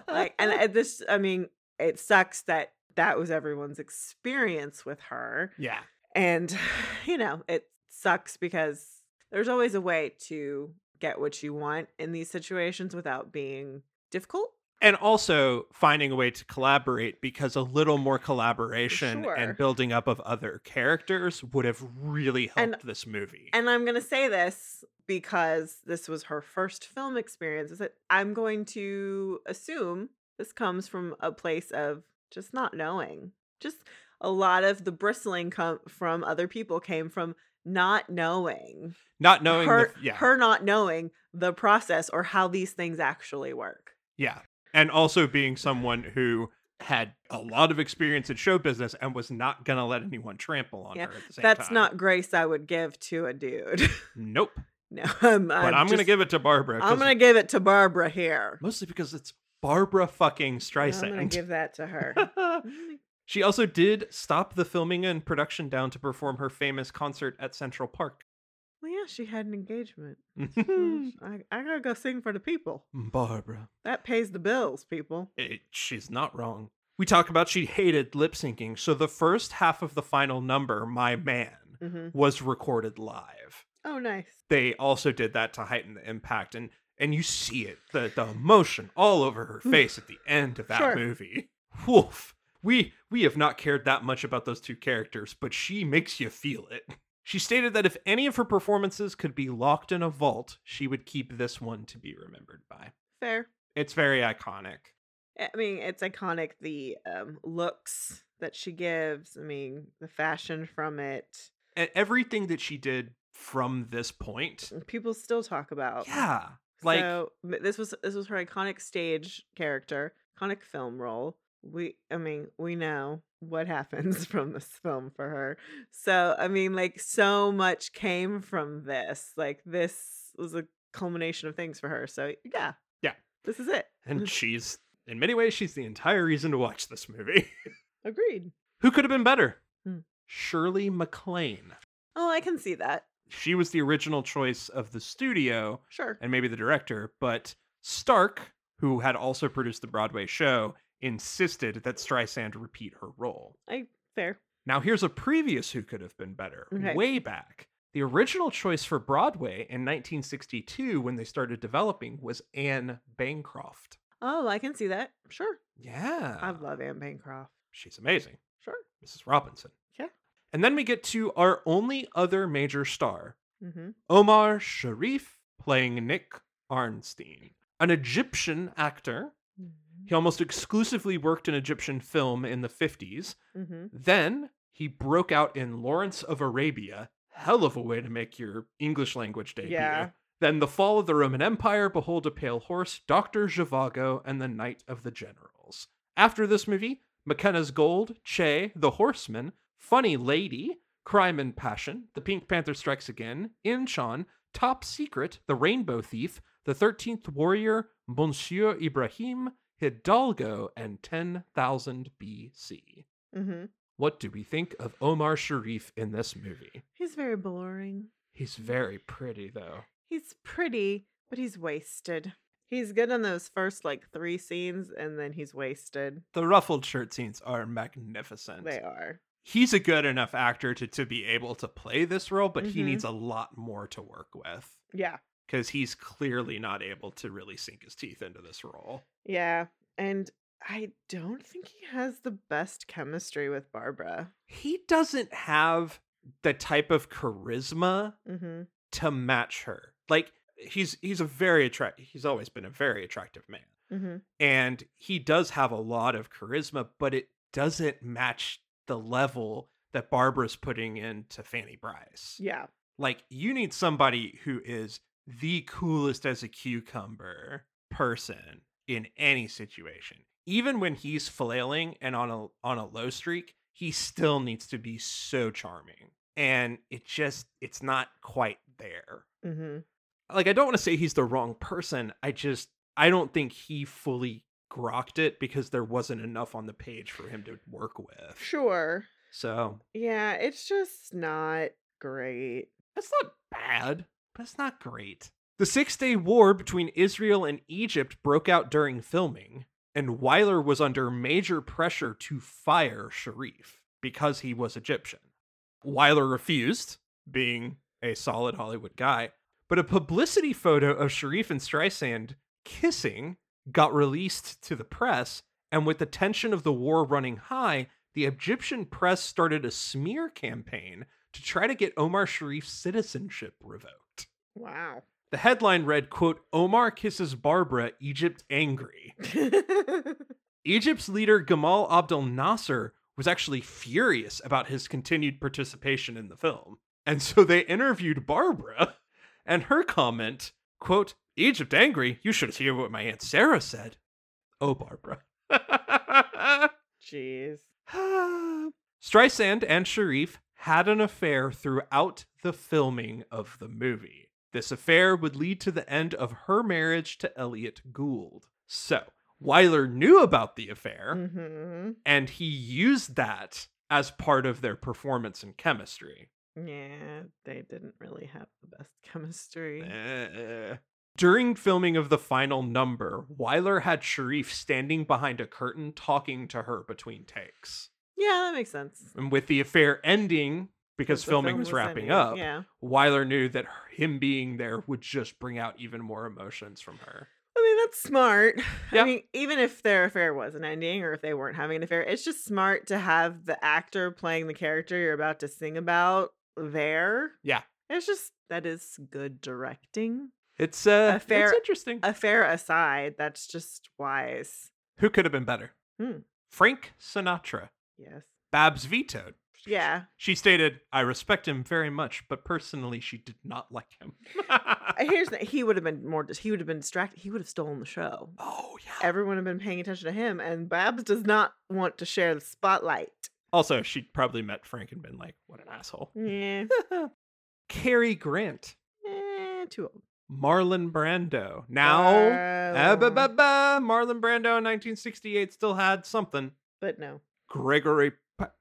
[SPEAKER 1] like, and uh, this, I mean, it sucks that that was everyone's experience with her.
[SPEAKER 2] yeah,
[SPEAKER 1] And, you know, it sucks because there's always a way to get what you want in these situations without being difficult.
[SPEAKER 2] and also finding a way to collaborate because a little more collaboration
[SPEAKER 1] Sure.
[SPEAKER 2] and building up of other characters would have really helped
[SPEAKER 1] And-
[SPEAKER 2] this movie.
[SPEAKER 1] and I'm going to say this because this was her first film experience, is that I'm going to assume this comes from a place of just not knowing. Just a lot of the bristling come from other people came from not knowing.
[SPEAKER 2] Not knowing, the-
[SPEAKER 1] her,
[SPEAKER 2] yeah,
[SPEAKER 1] her not knowing the process or how these things actually work.
[SPEAKER 2] yeah, and also being someone who had a lot of experience in show business and was not gonna let anyone trample on
[SPEAKER 1] Yeah,
[SPEAKER 2] her. At the same
[SPEAKER 1] That's
[SPEAKER 2] time.
[SPEAKER 1] not grace I would give to a dude.
[SPEAKER 2] Nope.
[SPEAKER 1] no, I'm,
[SPEAKER 2] But I'm, gonna
[SPEAKER 1] just-
[SPEAKER 2] give it to Barbara.
[SPEAKER 1] I'm
[SPEAKER 2] 'cause-
[SPEAKER 1] gonna give it to Barbara here.
[SPEAKER 2] mostly because it's Barbara fucking Streisand.
[SPEAKER 1] I'm gonna give that to her.
[SPEAKER 2] she also did stop the filming and production down to perform her famous concert at Central Park.
[SPEAKER 1] Well, yeah, she had an engagement. So I, I gotta go sing for the people.
[SPEAKER 2] Barbara.
[SPEAKER 1] That pays the bills, people.
[SPEAKER 2] it- she's not wrong. We talk about she hated lip syncing, so the first half of the final number, My Man,
[SPEAKER 1] hmm
[SPEAKER 2] was recorded live.
[SPEAKER 1] Oh, nice.
[SPEAKER 2] They also did that to heighten the impact and and you see it, the the emotion all over her face at the end of that
[SPEAKER 1] Sure.
[SPEAKER 2] movie. Woof. We we have not cared that much about those two characters, but she makes you feel it. She stated that if any of her performances could be locked in a vault, she would keep this one to be remembered by.
[SPEAKER 1] Fair. Eh,
[SPEAKER 2] It's very iconic.
[SPEAKER 1] I mean, it's iconic the um, looks that she gives. I mean, the fashion from it.
[SPEAKER 2] and E, everything that she did from this point.
[SPEAKER 1] and People still talk about.
[SPEAKER 2] Yeah. Like
[SPEAKER 1] so, m- this was this was her iconic stage character, iconic film role. We, I mean, we know what happens from this film for her. So, I mean, like, so much came from this. Like, this was a culmination of things for her. So, yeah,
[SPEAKER 2] Yeah.
[SPEAKER 1] this is it.
[SPEAKER 2] and she's in many ways she's the entire reason to watch this movie.
[SPEAKER 1] Agreed.
[SPEAKER 2] Who could have been better?
[SPEAKER 1] Hmm.
[SPEAKER 2] Shirley MacLaine.
[SPEAKER 1] Oh, I can see that.
[SPEAKER 2] She was the original choice of the studio
[SPEAKER 1] Sure.
[SPEAKER 2] and maybe the director, but Stark, who had also produced the Broadway show, insisted that Streisand repeat her role.
[SPEAKER 1] I fair.
[SPEAKER 2] Now here's a previous who could have been better,
[SPEAKER 1] Okay.
[SPEAKER 2] way back. The original choice for Broadway in 1962, when they started developing, was Anne Bancroft.
[SPEAKER 1] Oh, I can see that. Sure.
[SPEAKER 2] Yeah.
[SPEAKER 1] I love Anne Bancroft.
[SPEAKER 2] She's amazing.
[SPEAKER 1] Sure.
[SPEAKER 2] Mrs. Robinson.
[SPEAKER 1] Yeah.
[SPEAKER 2] And then we get to our only other major star,
[SPEAKER 1] Mm-hmm.
[SPEAKER 2] Omar Sharif, playing Nick Arnstein, an Egyptian actor.
[SPEAKER 1] Mm-hmm.
[SPEAKER 2] He almost exclusively worked in Egyptian film in the 50s.
[SPEAKER 1] Mm-hmm.
[SPEAKER 2] Then he broke out in Lawrence of Arabia. Hell of a way to make your English language debut.
[SPEAKER 1] Yeah.
[SPEAKER 2] Then The Fall of the Roman Empire, Behold a Pale Horse, Dr. Zhivago, and The Night of the Generals. After this movie, McKenna's Gold, Che, The Horseman, Funny Lady, Crime and Passion, The Pink Panther Strikes Again, Inchon, Top Secret, The Rainbow Thief, The Thirteenth Warrior, Monsieur Ibrahim, Hidalgo, and 10,000 BC.
[SPEAKER 1] Mm-hmm.
[SPEAKER 2] What do we think of Omar Sharif in this movie?
[SPEAKER 1] He's very boring.
[SPEAKER 2] He's very pretty, though.
[SPEAKER 1] He's pretty, but he's wasted. He's good in those first like three scenes, and then he's wasted.
[SPEAKER 2] The ruffled shirt scenes are magnificent.
[SPEAKER 1] They are.
[SPEAKER 2] He's a good enough actor to, to be able to play this role, but he
[SPEAKER 1] Mhm.
[SPEAKER 2] needs a lot more to work with
[SPEAKER 1] Yeah.
[SPEAKER 2] because he's clearly not able to really sink his teeth into this role.
[SPEAKER 1] Yeah. And I don't think he has the best chemistry with Barbara.
[SPEAKER 2] He doesn't have the type of charisma
[SPEAKER 1] Mm-hmm.
[SPEAKER 2] to match her. Like, he's he's a very attract he's always been a very attractive man.
[SPEAKER 1] Mm-hmm.
[SPEAKER 2] and he does have a lot of charisma, but it doesn't match the level that Barbara's putting into Fanny Bryce.
[SPEAKER 1] Yeah.
[SPEAKER 2] Like you need somebody who is the coolest as a cucumber person in any situation. Even when he's flailing and on a on a low streak, he still needs to be so charming. And it just it's not quite there
[SPEAKER 1] Mm-hmm.
[SPEAKER 2] like I don't want to say he's the wrong person. I just I don't think he fully grokked it because there wasn't enough on the page for him to work with.
[SPEAKER 1] Sure.
[SPEAKER 2] So
[SPEAKER 1] Yeah. It's just not great.
[SPEAKER 2] that's not bad, but it's not great. The Six Day War between Israel and Egypt broke out during filming, and Weiler was under major pressure to fire Sharif because he was Egyptian. Weiler refused, being a solid Hollywood guy, but a publicity photo of Sharif and Streisand kissing got released to the press, and with the tension of the war running high, the Egyptian press started a smear campaign to try to get Omar Sharif's citizenship revoked.
[SPEAKER 1] Wow.
[SPEAKER 2] The headline read, quote, Omar kisses Barbara, Egypt angry. Egypt's leader Gamal Abdel Nasser was actually furious about his continued participation in the film. And so they interviewed Barbara and her comment, quote, Egypt angry, you should hear what my Aunt Sarah said. Oh, Barbara.
[SPEAKER 1] Jeez.
[SPEAKER 2] Streisand and Sharif had an affair throughout the filming of the movie. This affair would lead to the end of her marriage to Elliot Gould. So, Weiler knew about the affair
[SPEAKER 1] Mm-hmm.
[SPEAKER 2] and he used that as part of their performance and chemistry.
[SPEAKER 1] Yeah. They didn't really have the best chemistry.
[SPEAKER 2] Eh. During filming of the final number, Weiler had Sharif standing behind a curtain talking to her between takes.
[SPEAKER 1] Yeah. That makes sense.
[SPEAKER 2] And with the affair ending, because
[SPEAKER 1] the
[SPEAKER 2] filming
[SPEAKER 1] film
[SPEAKER 2] was wrapping
[SPEAKER 1] ending.
[SPEAKER 2] up,
[SPEAKER 1] Yeah.
[SPEAKER 2] Weiler knew that him being there would just bring out even more emotions from her.
[SPEAKER 1] I mean, that's smart.
[SPEAKER 2] Yeah.
[SPEAKER 1] I mean, even if their affair was an ending or if they weren't having an affair, it's just smart to have the actor playing the character you're about to sing about there.
[SPEAKER 2] Yeah.
[SPEAKER 1] It's just that is good directing.
[SPEAKER 2] It's uh,
[SPEAKER 1] A fair-
[SPEAKER 2] it's interesting.
[SPEAKER 1] Affair aside, that's just wise.
[SPEAKER 2] Who could have been better?
[SPEAKER 1] Hmm.
[SPEAKER 2] Frank Sinatra.
[SPEAKER 1] Yes.
[SPEAKER 2] Babs vetoed.
[SPEAKER 1] Yeah.
[SPEAKER 2] She stated, "I respect him very much, but personally, she did not like him."
[SPEAKER 1] Uh, Here's the, he would have been more dis- he would have been distracted. He would have stolen the show.
[SPEAKER 2] oh yeah.
[SPEAKER 1] Everyone would have been paying attention to him and Babs does not want to share the spotlight.
[SPEAKER 2] Also, she probably met Frank and been like, "What an asshole."
[SPEAKER 1] Yeah.
[SPEAKER 2] Cary Grant,
[SPEAKER 1] Eh, too old.
[SPEAKER 2] Marlon Brando. Now, ah, ba, ba,
[SPEAKER 1] Um,
[SPEAKER 2] ba, Marlon Brando in 1968 still had something.
[SPEAKER 1] but no.
[SPEAKER 2] Gregory Peck.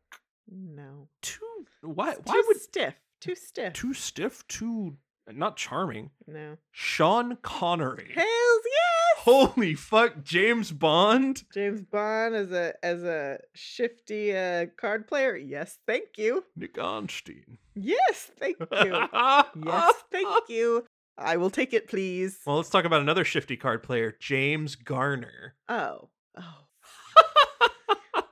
[SPEAKER 1] No.
[SPEAKER 2] Too why?
[SPEAKER 1] It's
[SPEAKER 2] Why
[SPEAKER 1] too
[SPEAKER 2] would
[SPEAKER 1] stiff? Too stiff.
[SPEAKER 2] too stiff? Too not charming.
[SPEAKER 1] no.
[SPEAKER 2] Sean Connery.
[SPEAKER 1] Hells yes.
[SPEAKER 2] Holy fuck, James Bond?
[SPEAKER 1] James Bond as a as a shifty uh, card player. Yes, thank you.
[SPEAKER 2] Nick Onstein.
[SPEAKER 1] Yes, thank you. yes,
[SPEAKER 2] yes.
[SPEAKER 1] thank you. I will take it, please.
[SPEAKER 2] Well, let's talk about another shifty card player, James Garner.
[SPEAKER 1] Oh. Oh.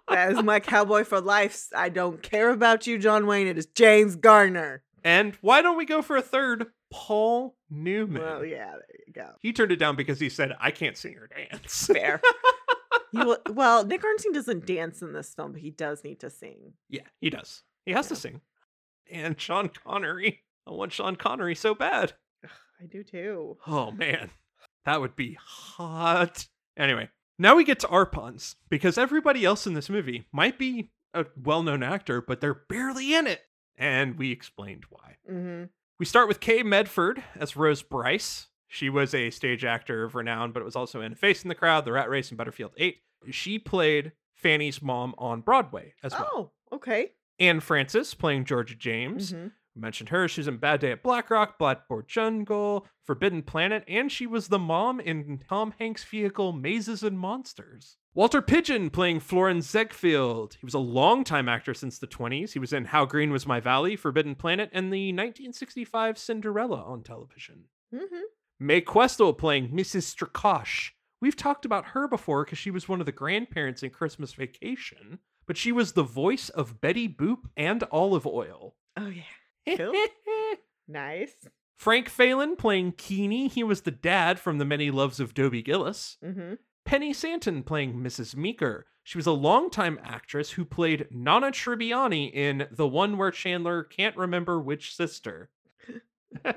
[SPEAKER 1] that is my cowboy for life. I don't care about you, John Wayne. It is James Garner.
[SPEAKER 2] And why don't we go for a third? Paul Newman.
[SPEAKER 1] Well, yeah, there you go.
[SPEAKER 2] He turned it down because he said, I can't sing or dance.
[SPEAKER 1] Fair. You will, well, Nick Arnstein doesn't dance in this film, but he does need to sing.
[SPEAKER 2] yeah, he does. He has to
[SPEAKER 1] Yeah.
[SPEAKER 2] sing. And Sean Connery. I want Sean Connery so bad.
[SPEAKER 1] I do too.
[SPEAKER 2] Oh man, that would be hot. Anyway, now we get to Arpons because everybody else in this movie might be a well known actor, but they're barely in it. And we explained why.
[SPEAKER 1] hmm
[SPEAKER 2] We start with Kay Medford as Rose Bryce. She was a stage actor of renown, but was also in Face in the Crowd, The Rat Race, and Butterfield 8. She played Fanny's mom on Broadway as well.
[SPEAKER 1] Oh, okay.
[SPEAKER 2] Anne Francis playing Georgia James.
[SPEAKER 1] Mhm.
[SPEAKER 2] We mentioned her. She's in Bad Day at Blackrock, Blackboard Jungle, Forbidden Planet, and she was the mom in Tom Hanks' vehicle Mazes and Monsters. Walter Pigeon playing Florin Zegfield. He was a longtime actor since the 20s. He was in How Green Was My Valley, Forbidden Planet, and the 1965 Cinderella on television.
[SPEAKER 1] Mhm.
[SPEAKER 2] Mae Questel playing Mrs. Strakosh. We've talked about her before because she was one of the grandparents in Christmas Vacation, but she was the voice of Betty Boop and Olive Oil.
[SPEAKER 1] Oh, yeah. Cool. Nice.
[SPEAKER 2] Frank Phelan playing Keeney. He was the dad from The Many Loves of Dobie Gillis.
[SPEAKER 1] hmm
[SPEAKER 2] Penny Santon playing Mrs. Meeker. She was a longtime actress who played Nana Tribbiani in the one where Chandler can't remember which sister.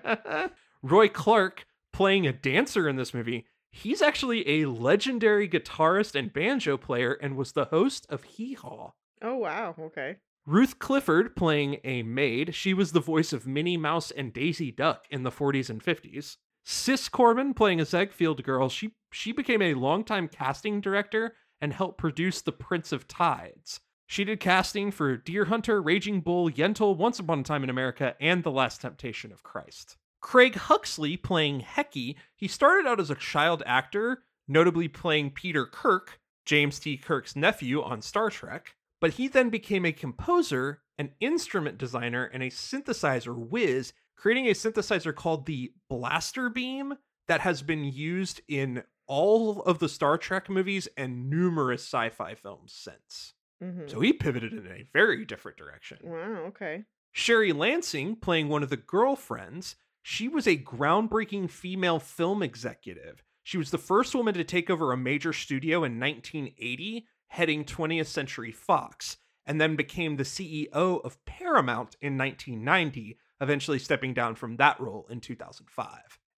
[SPEAKER 2] Roy Clark playing a dancer in this movie. He's actually a legendary guitarist and banjo player and was the host of Hee Haw.
[SPEAKER 1] Oh, wow. Okay.
[SPEAKER 2] Ruth Clifford playing a maid. She was the voice of Minnie Mouse and Daisy Duck in the 40s and 50s. Sis Corbin playing a Zegfield girl. She she became a longtime casting director and helped produce The Prince of Tides. She did casting for Deer Hunter, Raging Bull, Yentl, Once Upon a Time in America, and The Last Temptation of Christ. Craig Huxley playing Hecky. He started out as a child actor, notably playing Peter Kirk, James T. Kirk's nephew on Star Trek but he then became a composer, an instrument designer, and a synthesizer whiz, creating a synthesizer called the Blaster Beam that has been used in all of the Star Trek movies and numerous sci fi films since.
[SPEAKER 1] hmm
[SPEAKER 2] So he pivoted in a very different direction.
[SPEAKER 1] wow. Okay.
[SPEAKER 2] Sherry Lansing, playing one of the girlfriends, she was a groundbreaking female film executive. She was the first woman to take over a major studio in 1980, heading 20th Century Fox, and then became the CEO of Paramount in 1990, eventually stepping down from that role in 2005.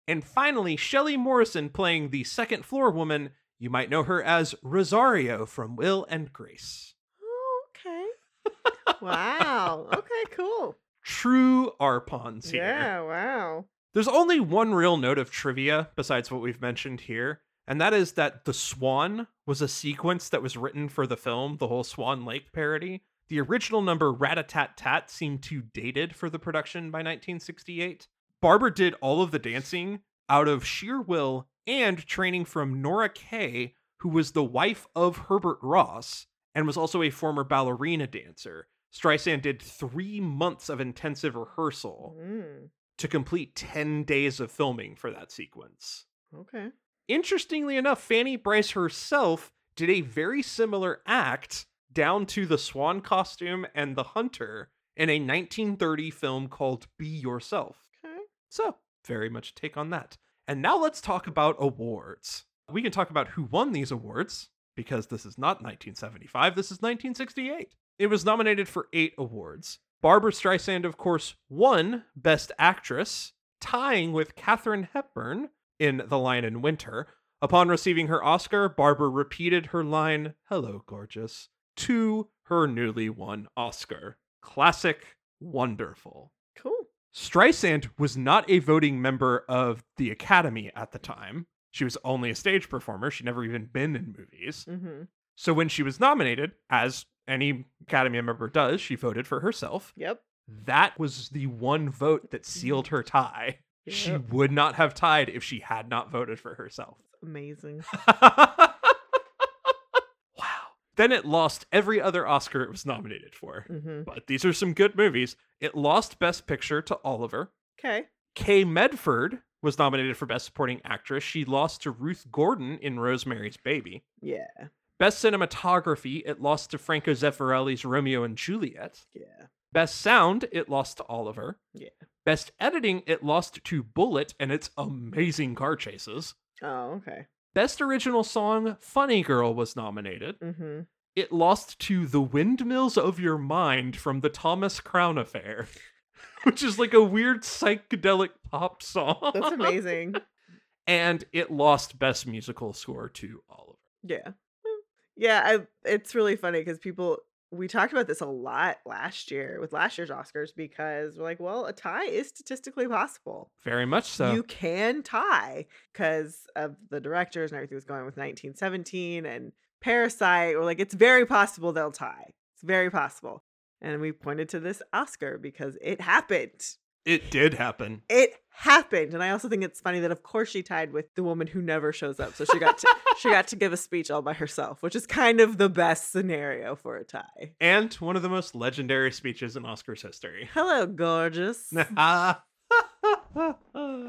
[SPEAKER 2] And finally, Shelley Morrison playing the second floor woman. You might know her as Rosario from Will and Grace.
[SPEAKER 1] Oh, Okay. wow. Okay, cool.
[SPEAKER 2] True Arpons here.
[SPEAKER 1] Yeah, wow.
[SPEAKER 2] There's only one real note of trivia besides what we've mentioned here, and that is that the Swan was a sequence that was written for the film, the whole Swan Lake parody. The original number Rat-a-tat-tat seemed too dated for the production by 1968. Barber did all of the dancing out of sheer will and training from Nora Kay, who was the wife of Herbert Ross and was also a former ballerina dancer. Streisand did three months of intensive rehearsal
[SPEAKER 1] Mm,
[SPEAKER 2] to complete 10 days of filming for that sequence.
[SPEAKER 1] okay.
[SPEAKER 2] Interestingly enough, Fanny Bryce herself did a very similar act down to the swan costume and the hunter in a 1930 film called Be Yourself.
[SPEAKER 1] Okay.
[SPEAKER 2] So, very much a take on that. And now let's talk about awards. We can talk about who won these awards because this is not 1975, this is 1968. It was nominated for eight awards. Barbara Streisand, of course, won Best Actress, tying with Katharine Hepburn in The Lion in Winter. Upon receiving her Oscar, Barbara repeated her line, Hello, gorgeous, to her newly won Oscar. Classic, wonderful.
[SPEAKER 1] Cool.
[SPEAKER 2] Streisand was not a voting member of the Academy at the time. She was only a stage performer. She'd never even been in movies.
[SPEAKER 1] Mm-hmm.
[SPEAKER 2] So when she was nominated, as any Academy member does, she voted for herself.
[SPEAKER 1] Yep.
[SPEAKER 2] That was the one vote that sealed her tie. She
[SPEAKER 1] Yep.
[SPEAKER 2] would not have tied if she had not voted for herself.
[SPEAKER 1] Amazing.
[SPEAKER 2] wow. Then it lost every other Oscar it was nominated for.
[SPEAKER 1] hmm
[SPEAKER 2] But these are some good movies. It lost Best Picture to Oliver.
[SPEAKER 1] Okay.
[SPEAKER 2] Kay Medford was nominated for Best Supporting Actress. She lost to Ruth Gordon in Rosemary's Baby.
[SPEAKER 1] Yeah.
[SPEAKER 2] Best Cinematography, it lost to Franco Zeffirelli's Romeo and Juliet.
[SPEAKER 1] Yeah.
[SPEAKER 2] Best Sound, it lost to Oliver.
[SPEAKER 1] Yeah.
[SPEAKER 2] Best Editing, it lost to Bullet and its amazing car chases.
[SPEAKER 1] Oh, okay.
[SPEAKER 2] Best Original Song, Funny Girl was nominated.
[SPEAKER 1] hmm
[SPEAKER 2] It lost to The Windmills of Your Mind from the Thomas Crown Affair, which is like a weird psychedelic pop song.
[SPEAKER 1] That's amazing.
[SPEAKER 2] and it lost Best Musical Score to Oliver.
[SPEAKER 1] yeah. Yeah. I, it's really funny because people, we talked about this a lot last year with last year's Oscars because we're like, well, a tie is statistically possible.
[SPEAKER 2] Very much so.
[SPEAKER 1] you can tie because of the directors and everything was going with 1917 and Parasite. Or like, it's very possible they'll tie. It's very possible. And we pointed to this Oscar because it happened.
[SPEAKER 2] It did happen.
[SPEAKER 1] It happened. And I also think it's funny that of course she tied with the woman who never shows up. So she got to, she got to give a speech all by herself, which is kind of the best scenario for a tie.
[SPEAKER 2] And one of the most legendary speeches in Oscars history.
[SPEAKER 1] Hello, gorgeous.
[SPEAKER 2] yeah.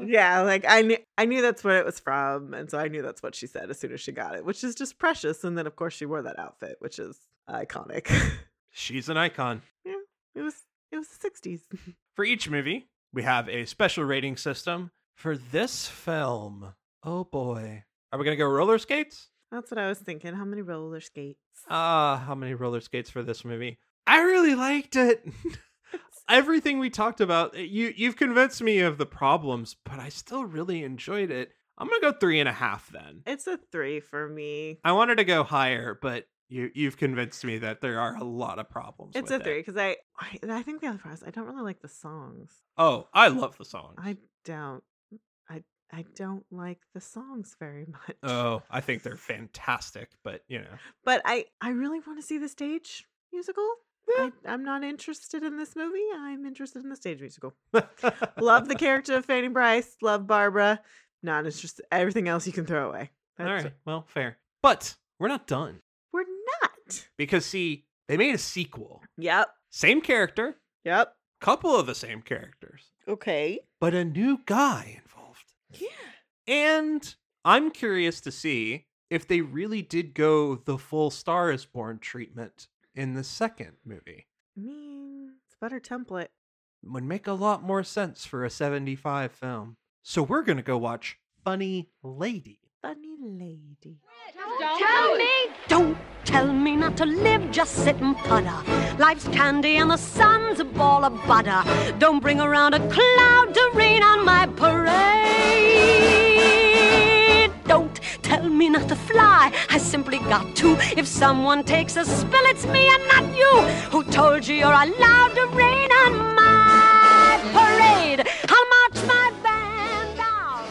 [SPEAKER 1] Yeah, like I knew I knew that's where it was from, and so I knew that's what she said as soon as she got it, which is just precious. And then of course she wore that outfit, which is iconic.
[SPEAKER 2] She's an icon.
[SPEAKER 1] it was it was the sixties.
[SPEAKER 2] For each movie, we have a special rating system. For this film, oh boy. Are we going to go roller skates?
[SPEAKER 1] That's what I was thinking. How many roller skates?
[SPEAKER 2] Ah, how many roller skates for this movie? I really liked it. Everything we talked about, eh, you you've convinced me of the problems, but I still really enjoyed it. I'm gonna go three and a half then.
[SPEAKER 1] It's a three for me.
[SPEAKER 2] I wanted to go higher, but you you've convinced me that there are a lot of problems.
[SPEAKER 1] It's a
[SPEAKER 2] with it.
[SPEAKER 1] three because I, I I think the other problem is I don't really like the songs.
[SPEAKER 2] Oh, I love the song.
[SPEAKER 1] I don't I I don't like the songs very much.
[SPEAKER 2] Oh, I think they're fantastic, but you know.
[SPEAKER 1] But I I really want to see the stage musical.
[SPEAKER 2] Yeah.
[SPEAKER 1] I, I'm not interested in this movie. I'm interested in the stage musical. love the character of Fanny Bryce. Love Barbara. Not interested. Everything else you can throw away.
[SPEAKER 2] All
[SPEAKER 1] That's
[SPEAKER 2] right, well, fair. But we're not done
[SPEAKER 1] We're not.
[SPEAKER 2] because see, they made a sequel.
[SPEAKER 1] Yep.
[SPEAKER 2] Same character,
[SPEAKER 1] Yep.
[SPEAKER 2] couple of the same characters,
[SPEAKER 1] Okay.
[SPEAKER 2] but a new guy involved.
[SPEAKER 1] Yeah.
[SPEAKER 2] And I'm curious to see if they really did go the full Star is Born treatment in the second movie.
[SPEAKER 1] I mean, it's a better template.
[SPEAKER 2] Would make a lot more sense for a 75 film. So we're going to go watch Funny Lady.
[SPEAKER 1] Funny lady.
[SPEAKER 3] Tell me, don't tell me not to live, just sit and putter. Life's candy and the sun's a ball of butter. Don't bring around a cloud to rain on my parade. Don't tell me not to fly, I simply got to. If someone takes a spill, it's me and not you. Who told you you're allowed to rain on my parade? I'll march my band out.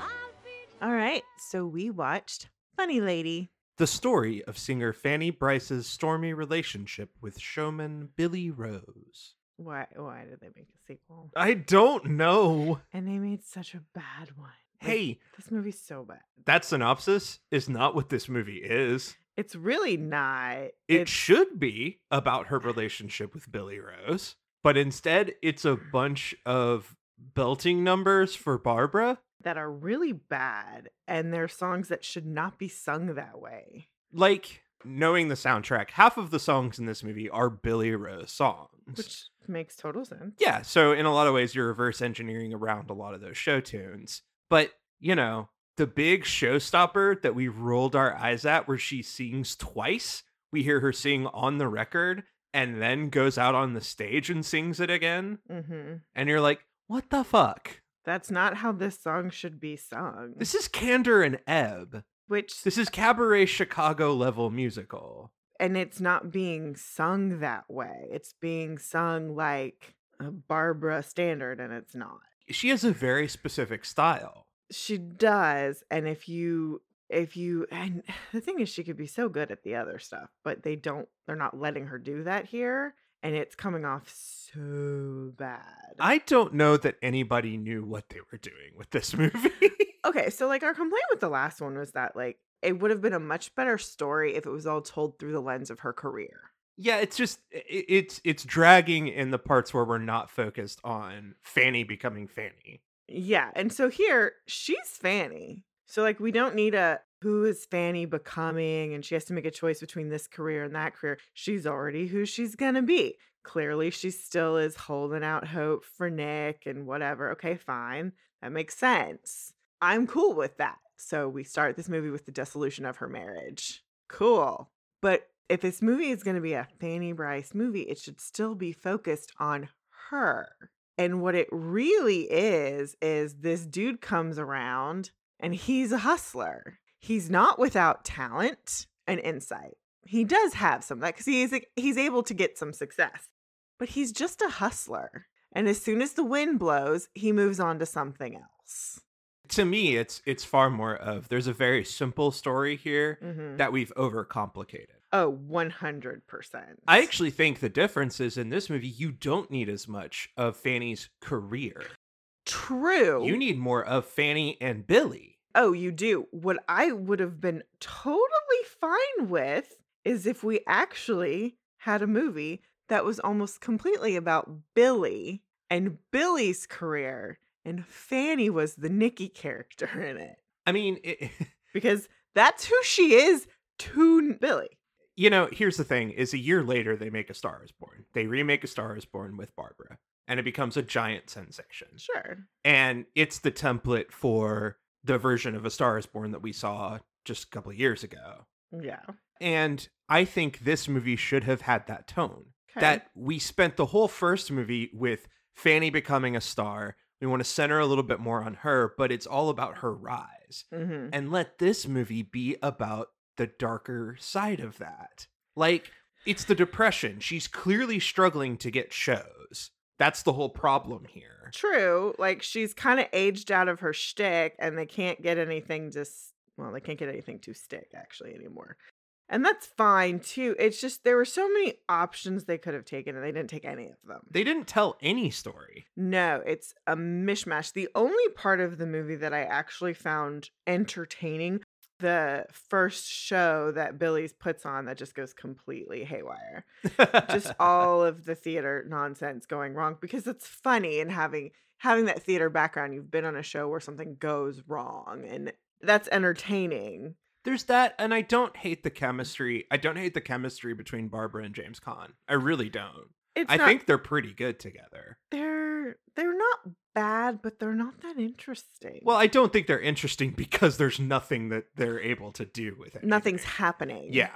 [SPEAKER 3] I'll be
[SPEAKER 1] All right. So we watched Funny Lady.
[SPEAKER 2] The story of singer Fanny Bryce's stormy relationship with showman Billy Rose.
[SPEAKER 1] Why? Why did they make a sequel?
[SPEAKER 2] I don't know.
[SPEAKER 1] And they made such a bad one. Like,
[SPEAKER 2] Hey,
[SPEAKER 1] this movie's so bad.
[SPEAKER 2] that synopsis is not what this movie is.
[SPEAKER 1] It's really not.
[SPEAKER 2] It
[SPEAKER 1] It's-
[SPEAKER 2] should be about her relationship with Billy Rose, but instead it's a bunch of belting numbers for Barbara.
[SPEAKER 1] that are really bad, and they're songs that should not be sung that way.
[SPEAKER 2] Like, knowing the soundtrack, half of the songs in this movie are Billy Rose songs.
[SPEAKER 1] Which makes total sense.
[SPEAKER 2] yeah, so in a lot of ways, you're reverse engineering around a lot of those show tunes. But, you know, the big showstopper that we rolled our eyes at, where she sings twice, we hear her sing on the record and then goes out on the stage and sings it again.
[SPEAKER 1] Mm-hmm.
[SPEAKER 2] and you're like, what the fuck?
[SPEAKER 1] That's not how this song should be sung.
[SPEAKER 2] This is Candor and Ebb.
[SPEAKER 1] Which,
[SPEAKER 2] This is Cabaret Chicago level musical.
[SPEAKER 1] and it's not being sung that way. It's being sung like a Barbara standard, and it's not.
[SPEAKER 2] She has a very specific style.
[SPEAKER 1] She does, and if you, if you, and the thing is, she could be so good at the other stuff, but they don't, they're not letting her do that here, and it's coming off so bad.
[SPEAKER 2] I don't know that anybody knew what they were doing with this movie.
[SPEAKER 1] okay, so like our complaint with the last one was that like it would have been a much better story if it was all told through the lens of her career.
[SPEAKER 2] Yeah, it's just i- i- it's it's dragging in the parts where we're not focused on Fanny becoming Fanny.
[SPEAKER 1] Yeah, and so here she's Fanny. So like we don't need a who is Fanny becoming and she has to make a choice between this career and that career. She's already who she's going to be. Clearly she still is holding out hope for Nick and whatever. Okay, fine. That makes sense. I'm cool with that. So we start this movie with the dissolution of her marriage. Cool. But if this movie is going to be a Fanny Bryce movie, it should still be focused on her. And what it really is, is this dude comes around and he's a hustler. He's not without talent and insight. He does have some that because he's he's able to get some success, but he's just a hustler. And as soon as the wind blows, he moves on to something else.
[SPEAKER 2] To me, it's it's far more of there's a very simple story here
[SPEAKER 1] Mhm.
[SPEAKER 2] that we've overcomplicated.
[SPEAKER 1] Oh, 100%.
[SPEAKER 2] I actually think the difference is in this movie you don't need as much of Fanny's career.
[SPEAKER 1] True.
[SPEAKER 2] You need more of Fanny and Billy.
[SPEAKER 1] Oh, you do. What I would have been totally fine with is if we actually had a movie that was almost completely about Billy and Billy's career, and Fanny was the Nikki character in it
[SPEAKER 2] I mean, it,
[SPEAKER 1] because that's who she is to Billy.
[SPEAKER 2] you know, here's the thing: is a year later they make A Star Is Born. They remake A Star Is Born with Barbara, and it becomes a giant sensation.
[SPEAKER 1] Sure.
[SPEAKER 2] and it's the template for the version of A Star Is Born that we saw just a couple of years ago.
[SPEAKER 1] Yeah.
[SPEAKER 2] And I think this movie should have had that tone.
[SPEAKER 1] 'Kay.
[SPEAKER 2] That we spent the whole first movie with Fanny becoming a star. We want to center a little bit more on her, but it's all about her rise.
[SPEAKER 1] Mhm.
[SPEAKER 2] And let this movie be about the darker side of that. Like, it's the depression. She's clearly struggling to get shows. That's the whole problem here.
[SPEAKER 1] True. Like she's kind of aged out of her shtick, and they can't get anything to s- well, they can't get anything to stick actually anymore. And that's fine too. It's just there were so many options they could have taken, and they didn't take any of them.
[SPEAKER 2] They didn't tell any story.
[SPEAKER 1] No, it's a mishmash. The only part of the movie that I actually found entertaining the first show that Billy's puts on that just goes completely haywire. just all of the theater nonsense going wrong because it's funny and having having that theater background you've been on a show where something goes wrong and that's entertaining
[SPEAKER 2] There's that, and I don't hate the chemistry. I don't hate the chemistry between Barbara and James Caan. I really don't.
[SPEAKER 1] it's
[SPEAKER 2] I
[SPEAKER 1] not,
[SPEAKER 2] think they're pretty good together.
[SPEAKER 1] they're they're not bad but they're not that interesting
[SPEAKER 2] Well, I don't think they're interesting because there's nothing that they're able to do with it.
[SPEAKER 1] nothing's happening
[SPEAKER 2] Yeah.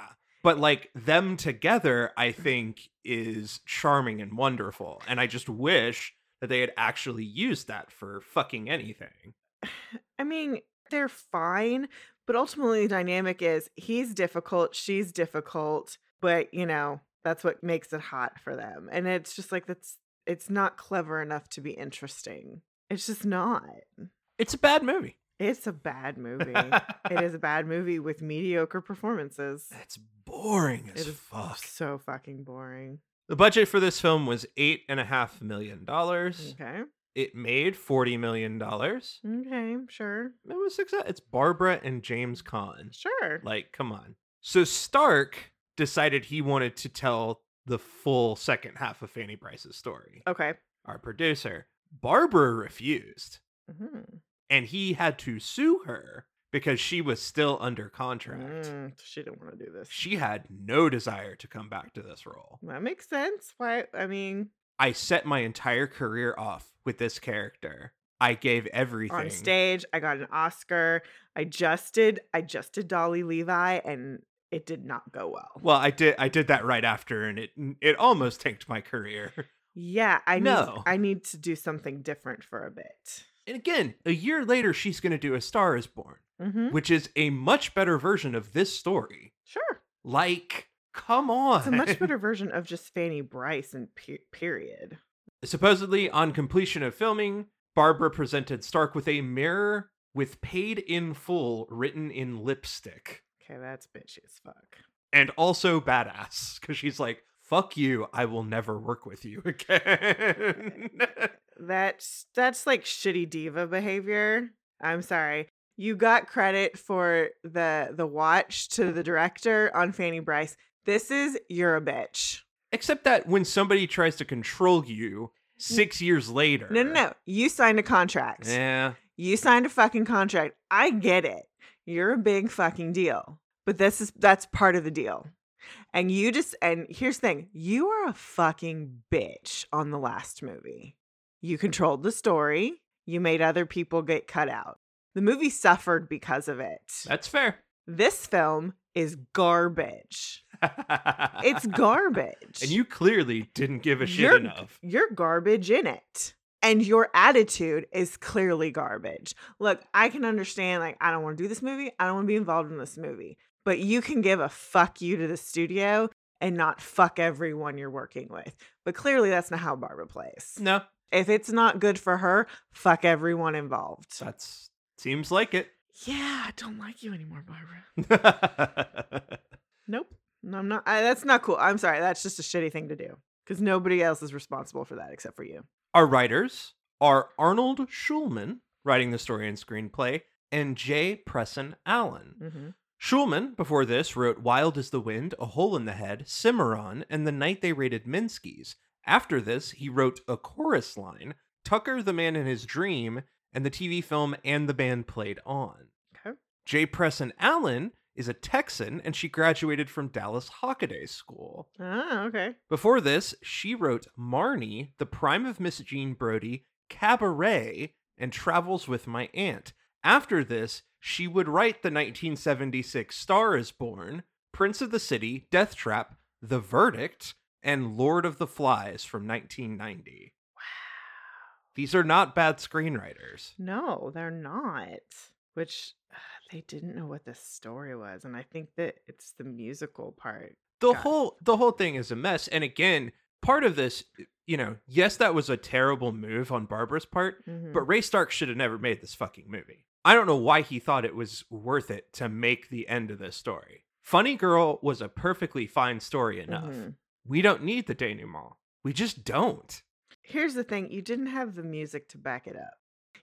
[SPEAKER 2] But like them together, I think is charming and wonderful. And I just wish that they had actually used that for fucking anything.
[SPEAKER 1] i mean they're fine but ultimately the dynamic is he's difficult she's difficult but you know that's what makes it hot for them and it's just like that's it's not clever enough to be interesting it's just not
[SPEAKER 2] It's a bad movie.
[SPEAKER 1] It's a bad movie. it is a bad movie with mediocre performances.
[SPEAKER 2] It's boring as
[SPEAKER 1] It is
[SPEAKER 2] fuck.
[SPEAKER 1] so fucking boring.
[SPEAKER 2] The budget for this film was eight and a half million dollars.
[SPEAKER 1] Okay.
[SPEAKER 2] It made forty million dollars.
[SPEAKER 1] Okay, sure.
[SPEAKER 2] It was success. It's Barbara and James Caan.
[SPEAKER 1] Sure.
[SPEAKER 2] Like, come on. So Stark decided he wanted to tell the full second half of Fanny Bryce's story.
[SPEAKER 1] okay.
[SPEAKER 2] Our producer, Barbara, refused,
[SPEAKER 1] Mhm.
[SPEAKER 2] and he had to sue her because she was still under contract.
[SPEAKER 1] Mm, she didn't want to do this.
[SPEAKER 2] She had no desire to come back to this role.
[SPEAKER 1] that makes sense. Why? I mean,
[SPEAKER 2] I set my entire career off with this character. I gave everything.
[SPEAKER 1] on stage, I got an Oscar. I just did. I just did Dolly Levi, and it did not go well.
[SPEAKER 2] Well, I did. I did that right after, and it it almost tanked my career.
[SPEAKER 1] yeah, I
[SPEAKER 2] No.
[SPEAKER 1] Need, I need to do something different for a bit.
[SPEAKER 2] And again, a year later, she's going to do A Star Is Born,
[SPEAKER 1] hmm
[SPEAKER 2] which is a much better version of this story.
[SPEAKER 1] Sure.
[SPEAKER 2] Like, come on.
[SPEAKER 1] It's a much better version of just Fanny Bryce and pe- period.
[SPEAKER 2] Supposedly, on completion of filming, Barbara presented Stark with a mirror with "paid in full" written in lipstick,
[SPEAKER 1] Okay, that's bitchy as fuck.
[SPEAKER 2] and also badass because she's like. Fuck you, I will never work with you again.
[SPEAKER 1] That's that's like shitty diva behavior. I'm sorry. You got credit for the the watch to the director on Fanny Bryce. This is you're a bitch.
[SPEAKER 2] Except that when somebody tries to control you six years later.
[SPEAKER 1] No, no, no. You signed a contract.
[SPEAKER 2] Yeah.
[SPEAKER 1] You signed a fucking contract. I get it. You're a big fucking deal. But this is that's part of the deal. And you just and here's the thing, you are a fucking bitch on the last movie. You controlled the story. You made other people get cut out. The movie suffered because of it.
[SPEAKER 2] That's fair.
[SPEAKER 1] This film is garbage. It's
[SPEAKER 2] it's
[SPEAKER 1] garbage.
[SPEAKER 2] And you clearly didn't give a shit
[SPEAKER 1] You're-
[SPEAKER 2] enough.
[SPEAKER 1] you're garbage in it. And your attitude is clearly garbage. Look, I can understand, like, I don't want to do this movie. I don't want to be involved in this movie. But you can give a fuck you to the studio and not fuck everyone you're working with. But clearly, that's not how Barbara plays.
[SPEAKER 2] No,
[SPEAKER 1] If it's not good for her, fuck everyone involved.
[SPEAKER 2] that's seems like it.
[SPEAKER 1] Yeah, I don't like you anymore, Barbara.
[SPEAKER 2] yeah,
[SPEAKER 1] Nope. No, I'm not. I, that's not cool. I'm sorry. That's just a shitty thing to do because nobody else is responsible for that except for you.
[SPEAKER 2] Our writers are Arnold Schulman, writing the story and screenplay, and J. Presson Allen.
[SPEAKER 1] Mm-hmm.
[SPEAKER 2] Schulman, before this, wrote Wild as the Wind, A Hole in the Head, Cimarron, and The Night They Raided Minsky's. After this, he wrote A Chorus Line, Tucker, The Man in His Dream, and the TV film And the Band Played On.
[SPEAKER 1] Okay.
[SPEAKER 2] J. Presson Allen is a Texan, and she graduated from Dallas Hockaday School.
[SPEAKER 1] Ah, okay.
[SPEAKER 2] Before this, she wrote Marnie, The Prime of Miss Jean Brodie, Cabaret, and Travels with My Aunt. After this, she would write the 1976 Star is Born, Prince of the City, Death Trap, The Verdict, and Lord of the Flies from 1990. Wow. These are not bad screenwriters.
[SPEAKER 1] No, they're not. Which ugh, they didn't know what the story was, and I think that it's the musical part.
[SPEAKER 2] the
[SPEAKER 1] Got it.
[SPEAKER 2] whole the whole thing is a mess and again part of this you know yes that was a terrible move on barbara's part
[SPEAKER 1] Mhm.
[SPEAKER 2] but ray stark should have never made this fucking movie i don't know why he thought it was worth it to make the end of this story funny girl was a perfectly fine story enough
[SPEAKER 1] Mhm.
[SPEAKER 2] we don't need the denouement we just don't
[SPEAKER 1] Here's the thing: you didn't have the music to back it up.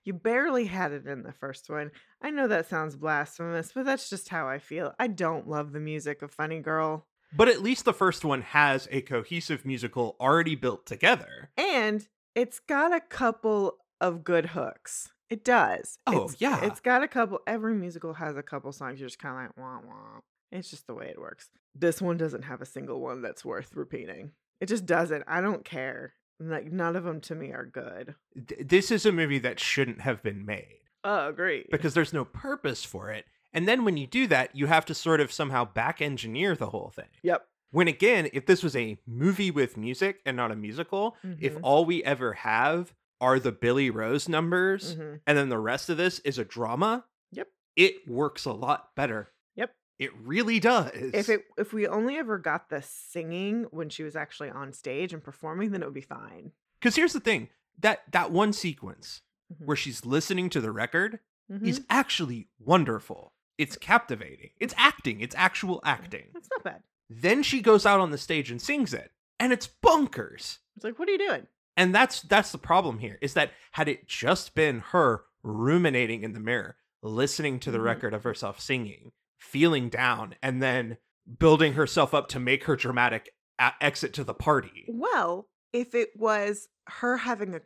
[SPEAKER 1] You barely had it in the first one. I know that sounds blasphemous, but that's just how I feel. I don't love the music of Funny Girl.
[SPEAKER 2] but at least the first one has a cohesive musical already built together
[SPEAKER 1] and it's got a couple of good hooks. It does.
[SPEAKER 2] Oh,
[SPEAKER 1] It's-
[SPEAKER 2] yeah.
[SPEAKER 1] it's got a couple. Every musical has a couple songs. You're just kind of like wah wah. It's just the way it works. This one doesn't have a single one that's worth repeating. It just doesn't. I don't care. Like none of them to me are good.
[SPEAKER 2] Th- this is a movie that shouldn't have been made
[SPEAKER 1] Oh, agree.
[SPEAKER 2] because there's no purpose for it. And then when you do that, you have to sort of somehow back engineer the whole thing.
[SPEAKER 1] yep.
[SPEAKER 2] When again, if this was a movie with music and not a musical, if
[SPEAKER 1] Mhm.
[SPEAKER 2] all we ever have are the Billy Rose numbers
[SPEAKER 1] Mhm.
[SPEAKER 2] and then the rest of this is a drama,
[SPEAKER 1] Yep.
[SPEAKER 2] it works a lot better.
[SPEAKER 1] Yep.
[SPEAKER 2] It really does.
[SPEAKER 1] If it if we only ever got the singing when she was actually on stage and performing, then it would be fine.
[SPEAKER 2] Cuz here's the thing, that that one sequence
[SPEAKER 1] Mhm.
[SPEAKER 2] where she's listening to the record
[SPEAKER 1] Mhm.
[SPEAKER 2] is actually wonderful. It's captivating. It's acting. It's actual
[SPEAKER 1] Mm-hmm.
[SPEAKER 2] acting.
[SPEAKER 1] That's not bad.
[SPEAKER 2] Then she goes out on the stage and sings it, and it's bonkers.
[SPEAKER 1] It's like, what are you doing?
[SPEAKER 2] And that's that's the problem here is that had it just been her ruminating in the mirror, listening to the
[SPEAKER 1] Mhm.
[SPEAKER 2] record of herself singing, feeling down, and then building herself up to make her dramatic a- exit to the party.
[SPEAKER 1] Well, if it was her having a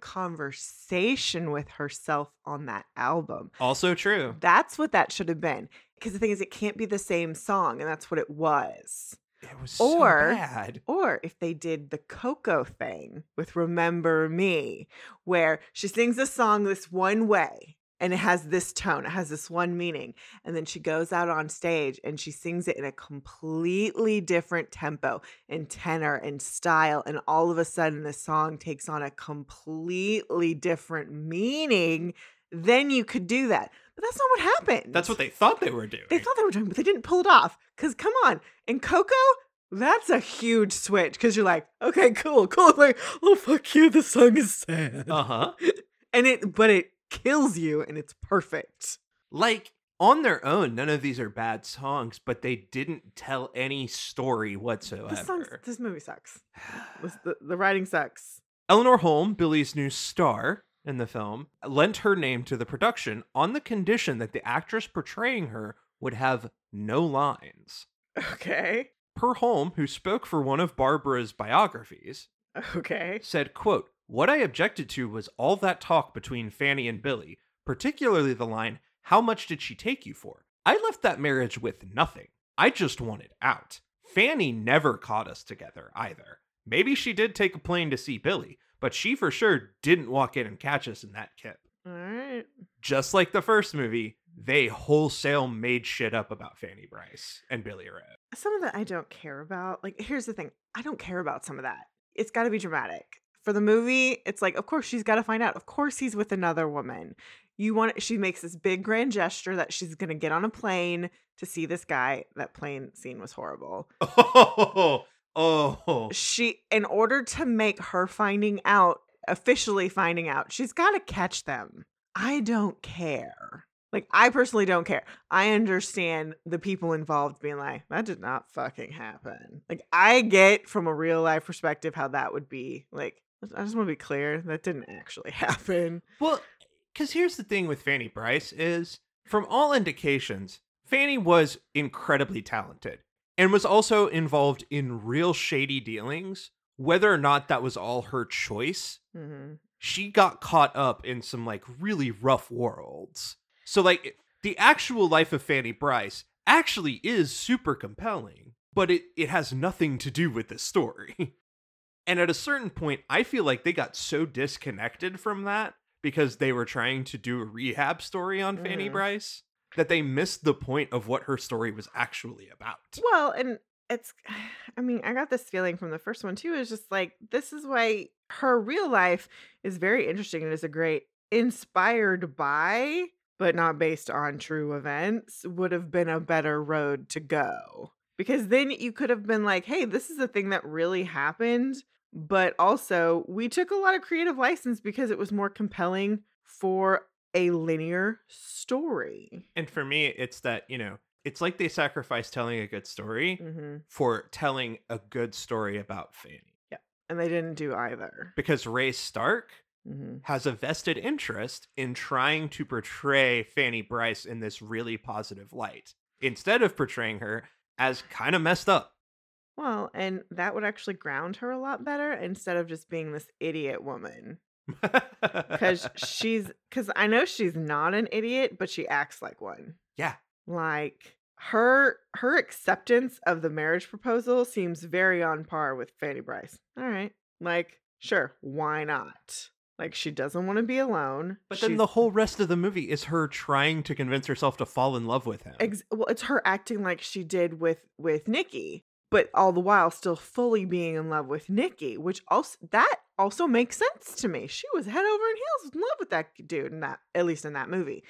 [SPEAKER 1] conversation with herself on that album,
[SPEAKER 2] Also true.
[SPEAKER 1] that's what that should have been. Because the thing is, it can't be the same song, and that's what it was.
[SPEAKER 2] It was so
[SPEAKER 1] Or-
[SPEAKER 2] bad.
[SPEAKER 1] Or if they did the Coco thing with Remember Me, where she sings a song this one way and it has this tone, it has this one meaning. And then she goes out on stage and she sings it in a completely different tempo and tenor and style. And all of a sudden, the song takes on a completely different meaning. Then you could do that. But that's not what happened.
[SPEAKER 2] That's what they thought they were doing.
[SPEAKER 1] They thought they were doing, but they didn't pull it off. Cause come on, in Coco, that's a huge switch. Cause you're like, okay, cool, cool. Like, oh fuck you, this song is sad.
[SPEAKER 2] uh-huh.
[SPEAKER 1] And it, but it kills you, and it's perfect.
[SPEAKER 2] like on their own none of these are bad songs but they didn't tell any story whatsoever
[SPEAKER 1] This song, this movie sucks. This, the, the writing sucks.
[SPEAKER 2] eleanor holm billy's new star in the film, lent her name to the production on the condition that the actress portraying her would have no lines.
[SPEAKER 1] Okay.
[SPEAKER 2] Perholm, who spoke for one of Barbara's biographies,
[SPEAKER 1] Okay.
[SPEAKER 2] said, quote, What I objected to was all that talk between Fanny and Billy, particularly the line, How much did she take you for? I left that marriage with nothing. I just wanted out. Fanny never caught us together either. Maybe she did take a plane to see Billy, but she for sure didn't walk in and catch us in that kip.
[SPEAKER 1] All right.
[SPEAKER 2] Just like the first movie, they wholesale made shit up about Fanny Bryce and Billy Rose.
[SPEAKER 1] Some of that I don't care about. Like, here's the thing I don't care about some of that. It's got to be dramatic. For the movie, it's like, of course, she's got to find out. Of course, he's with another woman. You want, she makes this big grand gesture that she's going to get on a plane to see this guy. That plane scene was horrible.
[SPEAKER 2] Oh, oh.
[SPEAKER 1] She, in order to make her finding out, officially finding out, she's got to catch them. I don't care. Like, I personally don't care. I understand the people involved being like, that did not fucking happen. Like, I get from a real life perspective how that would be. Like, I just want to be clear that didn't actually happen.
[SPEAKER 2] Well, because here's the thing with Fanny Bryce is, from all indications, Fanny was incredibly talented and was also involved in real shady dealings. Whether or not that was all her choice,
[SPEAKER 1] hmm
[SPEAKER 2] she got caught up in some like really rough worlds. So, like, the actual life of Fanny Bryce actually is super compelling, but it, it has nothing to do with this story. And at a certain point, I feel like they got so disconnected from that because they were trying to do a rehab story on Fanny
[SPEAKER 1] Mhm.
[SPEAKER 2] Bryce that they missed the point of what her story was actually about.
[SPEAKER 1] Well, and it's, I mean, I got this feeling from the first one too. Is just like this is why her real life is very interesting and is a great inspired by, but not based on true events, would have been a better road to go. Because then you could have been like, hey, this is a thing that really happened. But also, we took a lot of creative license because it was more compelling for a linear story.
[SPEAKER 2] And for me, it's that, you know, it's like they sacrificed telling a good story
[SPEAKER 1] hmm
[SPEAKER 2] for telling a good story about Fanny.
[SPEAKER 1] And they didn't do either.
[SPEAKER 2] because Ray Stark
[SPEAKER 1] Mm-hmm.
[SPEAKER 2] has a vested interest in trying to portray Fanny Bryce in this really positive light instead of portraying her as kind of messed up.
[SPEAKER 1] Well, and that would actually ground her a lot better instead of just being this idiot woman. Because she's, because I know she's not an idiot, but she acts like one.
[SPEAKER 2] Yeah.
[SPEAKER 1] Like her her acceptance of the marriage proposal seems very on par with Fanny Bryce. All right, like sure, why not? Like she doesn't want to be alone.
[SPEAKER 2] but then
[SPEAKER 1] She's-
[SPEAKER 2] the whole rest of the movie is her trying to convince herself to fall in love with him.
[SPEAKER 1] Ex- well, it's her acting like she did with with Nikki, but all the while still fully being in love with Nikki, which also that also makes sense to me. She was head over and heels in love with that dude in that at least in that movie.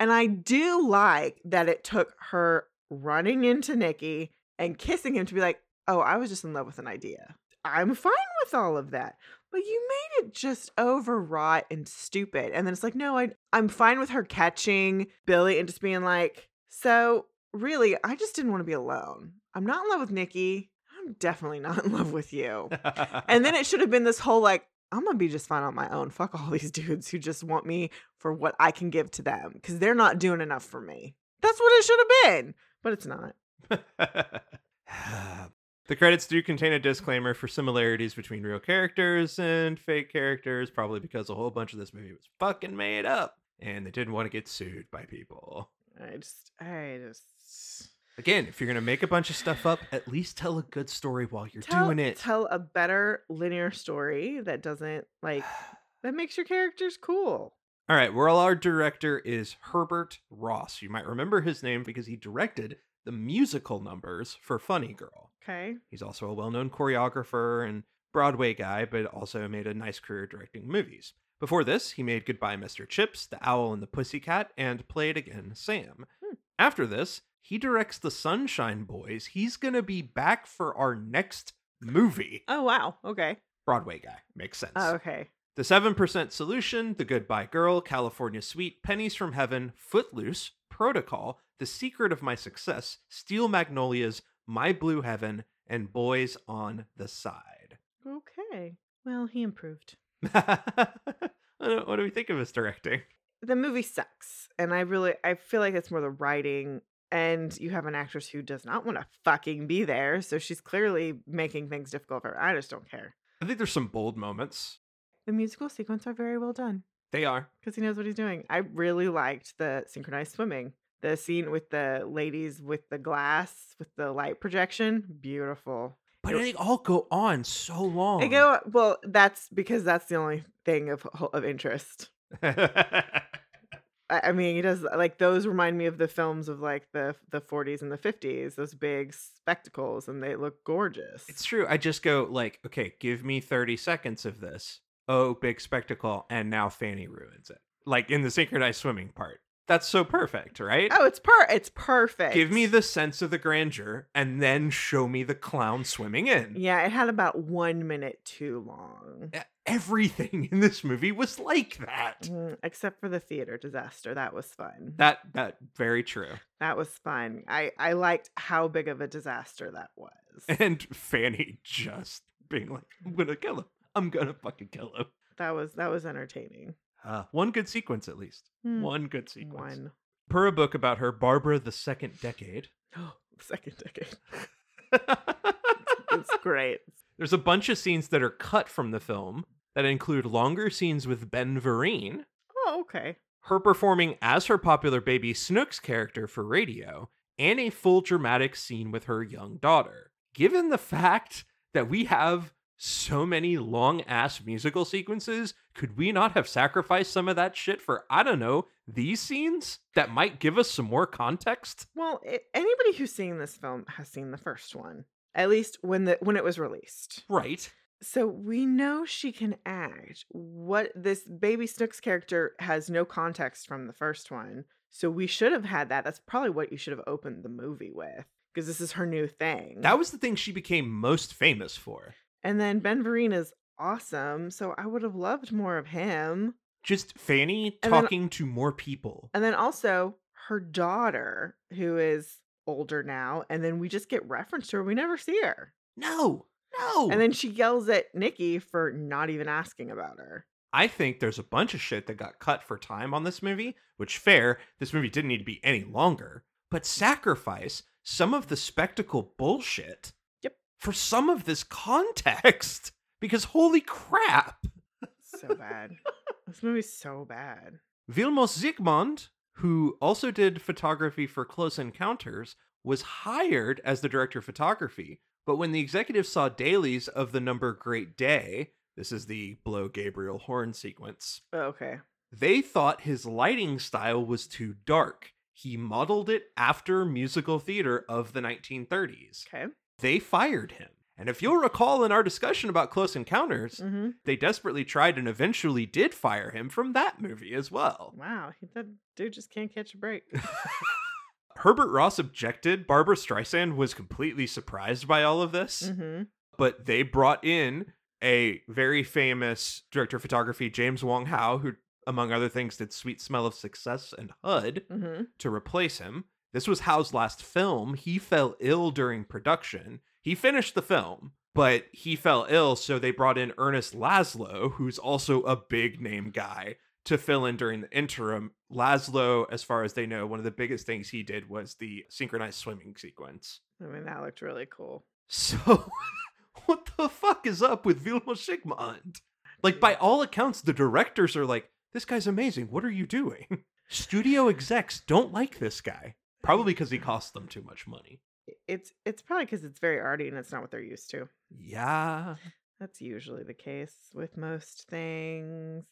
[SPEAKER 1] And I do like that it took her running into Nikki and kissing him to be like, "Oh, I was just in love with an idea. I'm fine with all of that." But you made it just overwrought and stupid. And then it's like, no, I I'm fine with her catching Billy and just being like, so really, I just didn't want to be alone. I'm not in love with Nikki. I'm definitely not in love with you. And then it should have been this whole like, I'm gonna be just fine on my own. Fuck all these dudes who just want me for what I can give to them because they're not doing enough for me. That's what it should have been, but it's not.
[SPEAKER 2] the credits do contain a disclaimer for similarities between real characters and fake characters, probably because a whole bunch of this movie was fucking made up and they didn't want to get sued by people.
[SPEAKER 1] I just, I just
[SPEAKER 2] Again, if you're going to make a bunch of stuff up, at least tell a good story while you're
[SPEAKER 1] tell,
[SPEAKER 2] doing it.
[SPEAKER 1] Tell a better linear story that doesn't like that makes your characters cool.
[SPEAKER 2] All right, well, our director is Herbert Ross. You might remember his name because he directed the musical numbers for Funny Girl.
[SPEAKER 1] Okay.
[SPEAKER 2] He's also a well known choreographer and Broadway guy, but also made a nice career directing movies. Before this, he made Goodbye, Mr. Chips, The Owl and the Pussycat, and Played Again Sam.
[SPEAKER 1] Hmm.
[SPEAKER 2] After this, he directs The Sunshine Boys. He's going to be back for our next movie.
[SPEAKER 1] Oh wow. Okay.
[SPEAKER 2] Broadway guy. Makes sense.
[SPEAKER 1] Oh, okay.
[SPEAKER 2] The 7% Solution, The Goodbye Girl, California Suite, Pennies from Heaven, Footloose, Protocol, The Secret of My Success, Steel Magnolias, My Blue Heaven, and Boys on the Side.
[SPEAKER 1] Okay. Well, he improved.
[SPEAKER 2] I don't- What do we think of his directing?
[SPEAKER 1] the movie sucks and i really i feel like it's more the writing and you have an actress who does not want to fucking be there so she's clearly making things difficult for her i just don't care
[SPEAKER 2] I think there's some bold moments.
[SPEAKER 1] the musical sequence are very well done
[SPEAKER 2] They are.
[SPEAKER 1] because he knows what he's doing i really liked the synchronized swimming the scene with the ladies with the glass with the light projection beautiful
[SPEAKER 2] But they all go on so long.
[SPEAKER 1] I go well that's because that's the only thing of of interest I I mean, he does like those remind me of the films of like the the 40s and the 50s, those big spectacles, and they look gorgeous.
[SPEAKER 2] it's true. I just go like, okay, give me 30 seconds of this. Oh, big spectacle. And now Fanny ruins it. Like in the synchronized swimming part. That's so perfect, right?
[SPEAKER 1] oh, it's per it's perfect.
[SPEAKER 2] Give me the sense of the grandeur and then show me the clown swimming in.
[SPEAKER 1] yeah. It had about one minute too long,
[SPEAKER 2] E- Everything in this movie was like that.
[SPEAKER 1] Mm, except for the theater disaster. That was fun. That,
[SPEAKER 2] That that very true.
[SPEAKER 1] was fun. I I liked how big of a disaster that was.
[SPEAKER 2] And Fanny just being like, I'm gonna kill him. I'm gonna fucking kill him.
[SPEAKER 1] that was that was entertaining.
[SPEAKER 2] Uh, one good sequence at least.
[SPEAKER 1] Hmm,
[SPEAKER 2] One good sequence.
[SPEAKER 1] one.
[SPEAKER 2] Per a book about her, Barbara the Second Decade.
[SPEAKER 1] second decade. It's great.
[SPEAKER 2] There's a bunch of scenes that are cut from the film that include longer scenes with Ben Vereen,
[SPEAKER 1] Oh, okay.
[SPEAKER 2] her performing as her popular baby Snooks character for radio, and a full dramatic scene with her young daughter. Given the fact that we have so many long ass musical sequences, could we not have sacrificed some of that shit for, I don't know, these scenes that might give us some more context?
[SPEAKER 1] Well, i anybody who's seen this film has seen the first one, at least when the when it was released.
[SPEAKER 2] Right.
[SPEAKER 1] So we know she can act. What this baby Snooks character has no context from the first one, so we should have had that. That's probably what you should have opened the movie with, because this is her new thing.
[SPEAKER 2] That was the thing she became most famous for.
[SPEAKER 1] and then Ben Vereen is awesome, so I would have loved more of him.
[SPEAKER 2] Just Fanny
[SPEAKER 1] And then-
[SPEAKER 2] talking to more people.
[SPEAKER 1] And then also her daughter, who is older now, and then we just get referenced to her. We never see her.
[SPEAKER 2] No, no.
[SPEAKER 1] And then she yells at Nikki for not even asking about her.
[SPEAKER 2] I think there's a bunch of shit that got cut for time on this movie, which fair, this movie didn't need to be any longer, but sacrifice some of the spectacle bullshit
[SPEAKER 1] Yep.
[SPEAKER 2] for some of this context because holy crap.
[SPEAKER 1] So bad. this movie's so bad.
[SPEAKER 2] Vilmos Zsigmond, who also did photography for Close Encounters, was hired as the director of photography. But when the executives saw dailies of the number Great Day, this is the blow Gabriel horn sequence,
[SPEAKER 1] Okay.
[SPEAKER 2] they thought his lighting style was too dark. He modeled it after musical theater of the 1930s.
[SPEAKER 1] Okay.
[SPEAKER 2] They fired him. And if you'll recall in our discussion about Close Encounters,
[SPEAKER 1] hmm
[SPEAKER 2] they desperately tried and eventually did fire him from that movie as well.
[SPEAKER 1] Wow. He, that dude just can't catch a break.
[SPEAKER 2] Herbert Ross objected. Barbara Streisand was completely surprised by all of this,
[SPEAKER 1] hmm
[SPEAKER 2] but they brought in a very famous director of photography, James Wong Howe, who, among other things, did Sweet Smell of Success and HUD
[SPEAKER 1] hmm
[SPEAKER 2] to replace him. This was Howe's last film. He fell ill during production. He finished the film, but he fell ill, so they brought in Ernest Laszlo, who's also a big name guy, to fill in during the interim. Laszlo, as far as they know, one of the biggest things he did was the synchronized swimming sequence.
[SPEAKER 1] I mean, that looked really cool.
[SPEAKER 2] So, what the fuck is up with Vilmos Zsigmond? Like, by all accounts, the directors are like, this guy's amazing. What are you doing? Studio execs don't like this guy. Probably because he costs them too much money.
[SPEAKER 1] I- It's it's probably because it's very arty and it's not what they're used to.
[SPEAKER 2] Yeah.
[SPEAKER 1] That's usually the case with most things.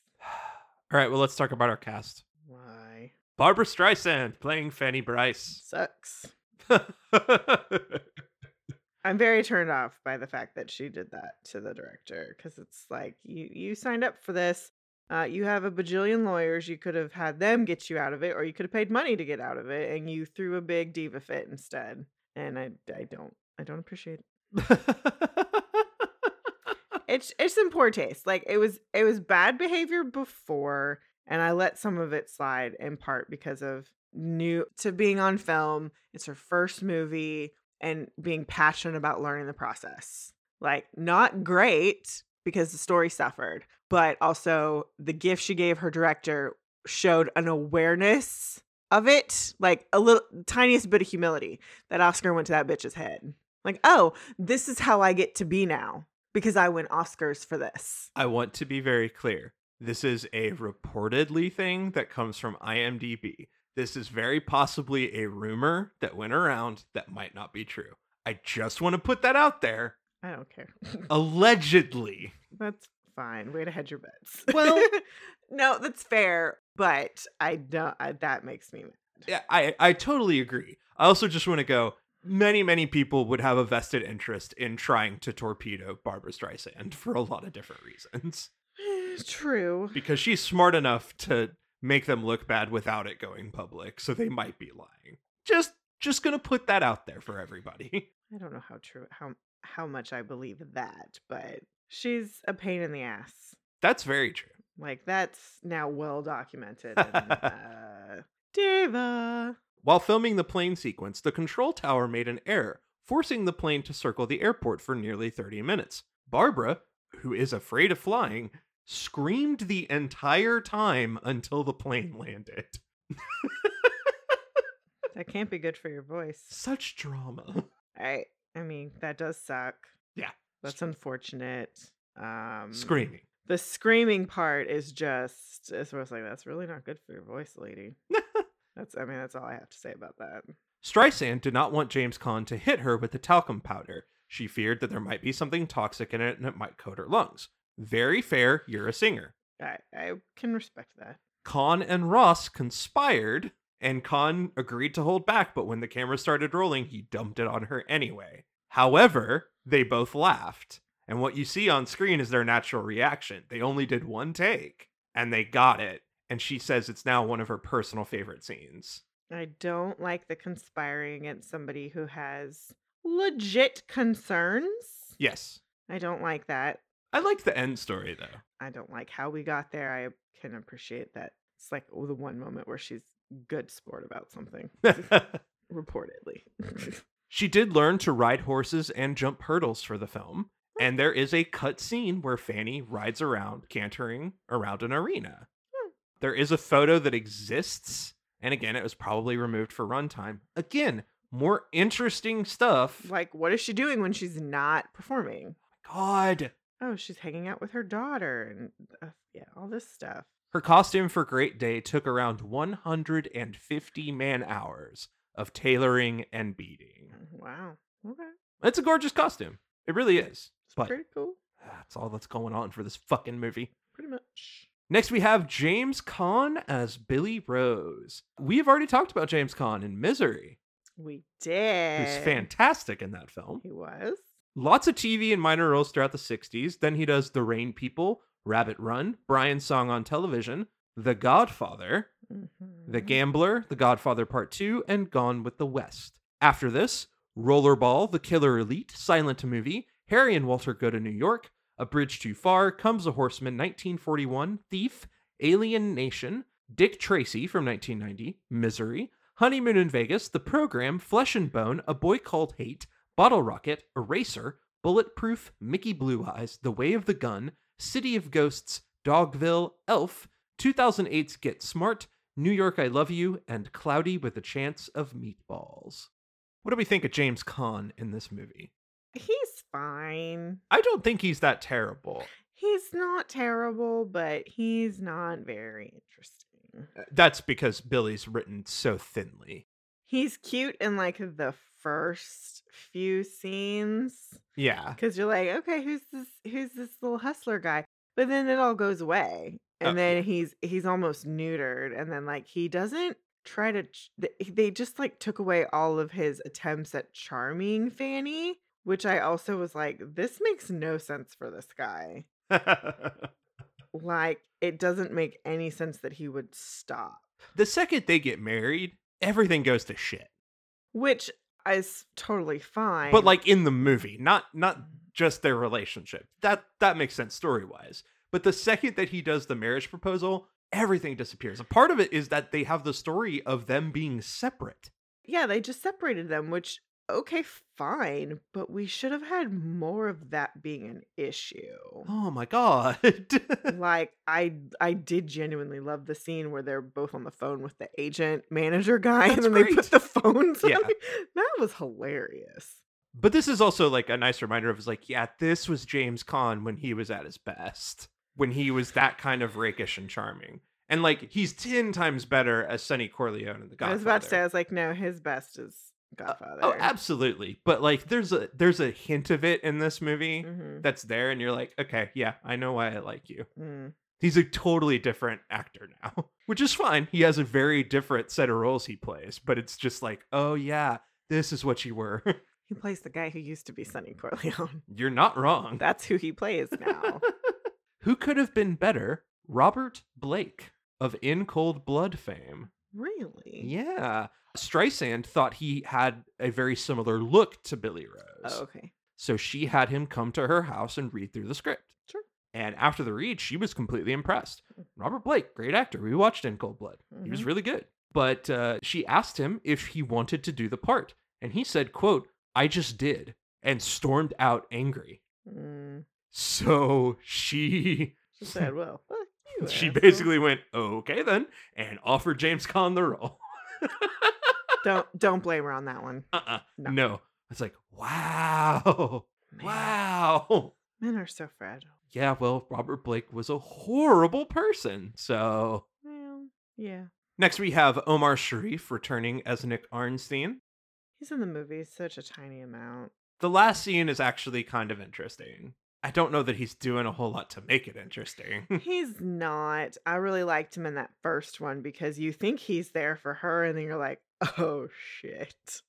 [SPEAKER 2] All right, well, let's talk about our cast.
[SPEAKER 1] Why
[SPEAKER 2] Barbara Streisand playing Fanny Bryce.
[SPEAKER 1] sucks?
[SPEAKER 2] yeah,
[SPEAKER 1] I'm very turned off by the fact that she did that to the director because it's like you you signed up for this. Uh, you have a bajillion lawyers. You could have had them get you out of it, or you could have paid money to get out of it, and you threw a big diva fit instead. And I I don't I don't appreciate it. It's it's in poor taste. Like it was it was bad behavior before, and I let some of it slide in part because of new to being on film. It's her first movie and being passionate about learning the process. Like not great, because the story suffered, but also the gift she gave her director showed an awareness of it, like a little tiniest bit of humility that Oscar went to that bitch's head. Like, oh, this is how I get to be now because I win Oscars for this.
[SPEAKER 2] I want to be very clear. This is a reportedly thing that comes from IMDb. This is very possibly a rumor that went around that might not be true. I just want to put that out there.
[SPEAKER 1] I don't care.
[SPEAKER 2] Allegedly.
[SPEAKER 1] That's fine. Way to hedge your bets.
[SPEAKER 2] Well-
[SPEAKER 1] no, that's fair, but I don't. I, that makes me. mad.
[SPEAKER 2] Yeah, I, I totally agree. I also just want to go many, many people would have a vested interest in trying to torpedo Barbara Streisand for a lot of different reasons
[SPEAKER 1] True.
[SPEAKER 2] because she's smart enough to make them look bad without it going public, so they might be lying. Just just going to put that out there for everybody.
[SPEAKER 1] I don't know how true how how much I believe that, but she's a pain in the ass.
[SPEAKER 2] That's very true.
[SPEAKER 1] Like that's now well documented. And, uh, diva.
[SPEAKER 2] While filming the plane sequence, the control tower made an error, forcing the plane to circle the airport for nearly 30 minutes. Barbara, who is afraid of flying, screamed the entire time until the plane landed.
[SPEAKER 1] That can't be good for your voice.
[SPEAKER 2] Such drama.
[SPEAKER 1] I I mean that does suck.
[SPEAKER 2] Yeah.
[SPEAKER 1] That's unfortunate. Um,
[SPEAKER 2] Screaming.
[SPEAKER 1] The screaming part is just it's sort of like that's really not good for your voice, lady. that's I mean that's all I have to say about that.
[SPEAKER 2] Streisand did not want James Caan to hit her with the talcum powder. She feared that there might be something toxic in it and it might coat her lungs. Very fair, you're a singer.
[SPEAKER 1] I I can respect that.
[SPEAKER 2] Khan and Ross conspired, and Khan agreed to hold back, but when the camera started rolling, he dumped it on her anyway. However, they both laughed, and what you see on screen is their natural reaction. They only did one take, and they got it, and she says it's now one of her personal favorite scenes.
[SPEAKER 1] I don't like the conspiring against somebody who has legit concerns.
[SPEAKER 2] Yes.
[SPEAKER 1] I don't like that.
[SPEAKER 2] I like the end story, though.
[SPEAKER 1] I don't like how we got there. I can appreciate that. It's like oh, the one moment where she's good sport about something, reportedly.
[SPEAKER 2] She did learn to ride horses and jump hurdles for the film, and there is a cut scene where Fanny rides around, cantering around an arena.
[SPEAKER 1] Hmm.
[SPEAKER 2] There is a photo that exists, and again, it was probably removed for runtime. Again, more interesting stuff.
[SPEAKER 1] like, what is she doing when she's not performing?
[SPEAKER 2] God.
[SPEAKER 1] Oh, she's hanging out with her daughter and uh, yeah, all this stuff.
[SPEAKER 2] Her costume for Great Day took around 150 man hours of tailoring and beading.
[SPEAKER 1] Mm, Wow. Okay.
[SPEAKER 2] It's a gorgeous costume. It really is.
[SPEAKER 1] It's
[SPEAKER 2] But
[SPEAKER 1] pretty cool.
[SPEAKER 2] that's all that's going on for this fucking movie.
[SPEAKER 1] Pretty much.
[SPEAKER 2] Next, we have James Caan as Billy Rose. We have already talked about James Caan in Misery,
[SPEAKER 1] We did.
[SPEAKER 2] who's fantastic in that film.
[SPEAKER 1] He was.
[SPEAKER 2] Lots of TV and minor roles throughout the 60s. Then he does The Rain People, Rabbit Run, Brian's Song on Television, The Godfather, The
[SPEAKER 1] Mhm.
[SPEAKER 2] Gambler, The Godfather Part 2, and Gone with the West. After this, Rollerball, The Killer Elite, Silent Movie, Harry and Walter Go to New York, A Bridge Too Far, Comes a Horseman, 1941, Thief, Alien Nation, Dick Tracy from 1990, Misery, Honeymoon in Vegas, The Program, Flesh and Bone, A Boy Called Hate, Bottle Rocket, Eraser, Bulletproof, Mickey Blue Eyes, The Way of the Gun, City of Ghosts, Dogville, Elf, 2008's Get Smart, New York I Love You, and Cloudy with a Chance of Meatballs. What do we think of James Caan in this movie?
[SPEAKER 1] He's fine.
[SPEAKER 2] I don't think he's that terrible.
[SPEAKER 1] He's not terrible, but he's not very interesting.
[SPEAKER 2] Uh, That's because Billy's written so thinly.
[SPEAKER 1] He's cute in like the first few scenes
[SPEAKER 2] Yeah.
[SPEAKER 1] because you're like, okay, who's this? Who's this little hustler guy? But then it all goes away, and
[SPEAKER 2] Oh,
[SPEAKER 1] then he's he's almost neutered, and then like he doesn't try to. ch- th- They just like took away all of his attempts at charming Fanny, which I also was like, this makes no sense for this guy. like it doesn't make any sense that he would stop
[SPEAKER 2] the second they get married, everything goes to shit.
[SPEAKER 1] which is totally fine
[SPEAKER 2] But like in the movie, not not just their relationship. That that makes sense story-wise. But the second that he does the marriage proposal, everything disappears. A part of it is that they have the story of them being separate.
[SPEAKER 1] yeah they just separated them which okay, fine, but we should have had more of that being an issue.
[SPEAKER 2] Oh my god.
[SPEAKER 1] like I I did genuinely love the scene where they're both on the phone with the agent manager guy and
[SPEAKER 2] That's
[SPEAKER 1] then they
[SPEAKER 2] great.
[SPEAKER 1] put the phones
[SPEAKER 2] Yeah.
[SPEAKER 1] on. That was hilarious.
[SPEAKER 2] but this is also like a nice reminder of it's like, yeah, this was James Caan when he was at his best. When he was that kind of rakish and charming. And like he's ten times better as Sonny Corleone in the Godfather.
[SPEAKER 1] I was about to say I was like, no, his best is Godfather.
[SPEAKER 2] Oh, absolutely. But like there's a there's a hint of it in this movie
[SPEAKER 1] Mhm.
[SPEAKER 2] that's there, and you're like, okay, yeah, I know why I like you.
[SPEAKER 1] Mm.
[SPEAKER 2] He's a totally different actor now, which is fine. He has a very different set of roles he plays, but it's just like, oh yeah, this is what you were.
[SPEAKER 1] He plays the guy who used to be Sonny Corleone.
[SPEAKER 2] You're not wrong.
[SPEAKER 1] That's who he plays now.
[SPEAKER 2] Who could have been better? Robert Blake of In Cold Blood fame.
[SPEAKER 1] really?
[SPEAKER 2] Yeah. Streisand thought he had a very similar look to Billy Rose.
[SPEAKER 1] Oh, okay.
[SPEAKER 2] So she had him come to her house and read through the script.
[SPEAKER 1] Sure. Mm.
[SPEAKER 2] And after the read, she was completely impressed. Robert Blake, great actor. We watched In Cold Blood. He
[SPEAKER 1] Mm-hmm.
[SPEAKER 2] was really good. But uh, she asked him if he wanted to do the part, and he said, "quote I just did," and stormed out angry.
[SPEAKER 1] Mm.
[SPEAKER 2] So she
[SPEAKER 1] She said, well, fuck you,
[SPEAKER 2] she
[SPEAKER 1] asshole."
[SPEAKER 2] basically went, "Okay then," and offered James Caan the role.
[SPEAKER 1] don't don't blame her on that one.
[SPEAKER 2] Uh-uh.
[SPEAKER 1] No.
[SPEAKER 2] no. It's like, wow,
[SPEAKER 1] Man,
[SPEAKER 2] wow.
[SPEAKER 1] Men are so fragile.
[SPEAKER 2] yeah, well, Robert Blake was a horrible person. So
[SPEAKER 1] Well, yeah.
[SPEAKER 2] next we have Omar Sharif returning as Nick Arnstein.
[SPEAKER 1] He's in the movie such a tiny amount.
[SPEAKER 2] The last scene is actually kind of interesting. I don't know that he's doing a whole lot to make it interesting.
[SPEAKER 1] He's not. I really liked him in that first one because you think he's there for her, and then you're like, oh shit.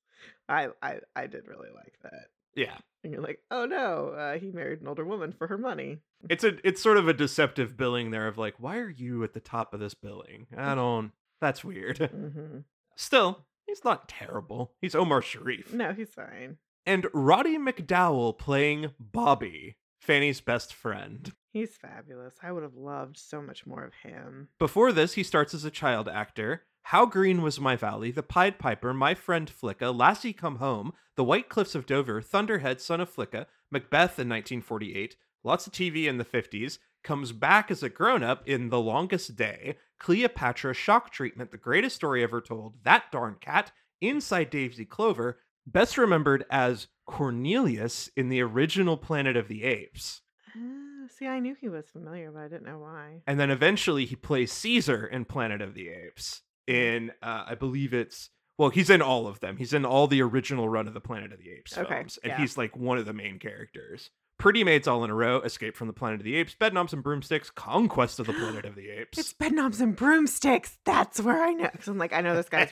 [SPEAKER 1] I I, I did really like that.
[SPEAKER 2] yeah.
[SPEAKER 1] And you're like, oh no, uh, he married an older woman for her money.
[SPEAKER 2] It's a it's sort of a deceptive billing there of like, why are you at the top of this billing? I
[SPEAKER 1] Mm.
[SPEAKER 2] don't that's weird.
[SPEAKER 1] hmm
[SPEAKER 2] Still, he's not terrible. He's Omar Sharif.
[SPEAKER 1] No, he's fine.
[SPEAKER 2] And Roddy McDowell playing Bobby, Fanny's best friend.
[SPEAKER 1] He's fabulous. I would have loved so much more of him.
[SPEAKER 2] Before this, he starts as a child actor. How Green Was My Valley, The Pied Piper, My Friend Flicka, Lassie Come Home, The White Cliffs of Dover, Thunderhead, Son of Flicka, Macbeth in 1948, lots of TV in the 50s, comes back as a grown up in The Longest Day, Cleopatra, Shock Treatment, The Greatest Story Ever Told, That Darn Cat, Inside Daisy Clover, best remembered as Cornelius in the original Planet of the Apes.
[SPEAKER 1] Uh, see, I knew he was familiar, but I didn't know why.
[SPEAKER 2] and then eventually he plays Caesar in Planet of the Apes. In uh, I believe it's well, he's in all of them. He's in all the original run of the Planet of the Apes
[SPEAKER 1] Okay,
[SPEAKER 2] films, and
[SPEAKER 1] yeah.
[SPEAKER 2] he's like one of the main characters. Pretty Maids All in a Row, Escape from the Planet of the Apes, Bedknobs and Broomsticks, Conquest of the Planet of the Apes.
[SPEAKER 1] It's bedknobs and broomsticks. That's where I know. 'cause I'm like, I know this guy's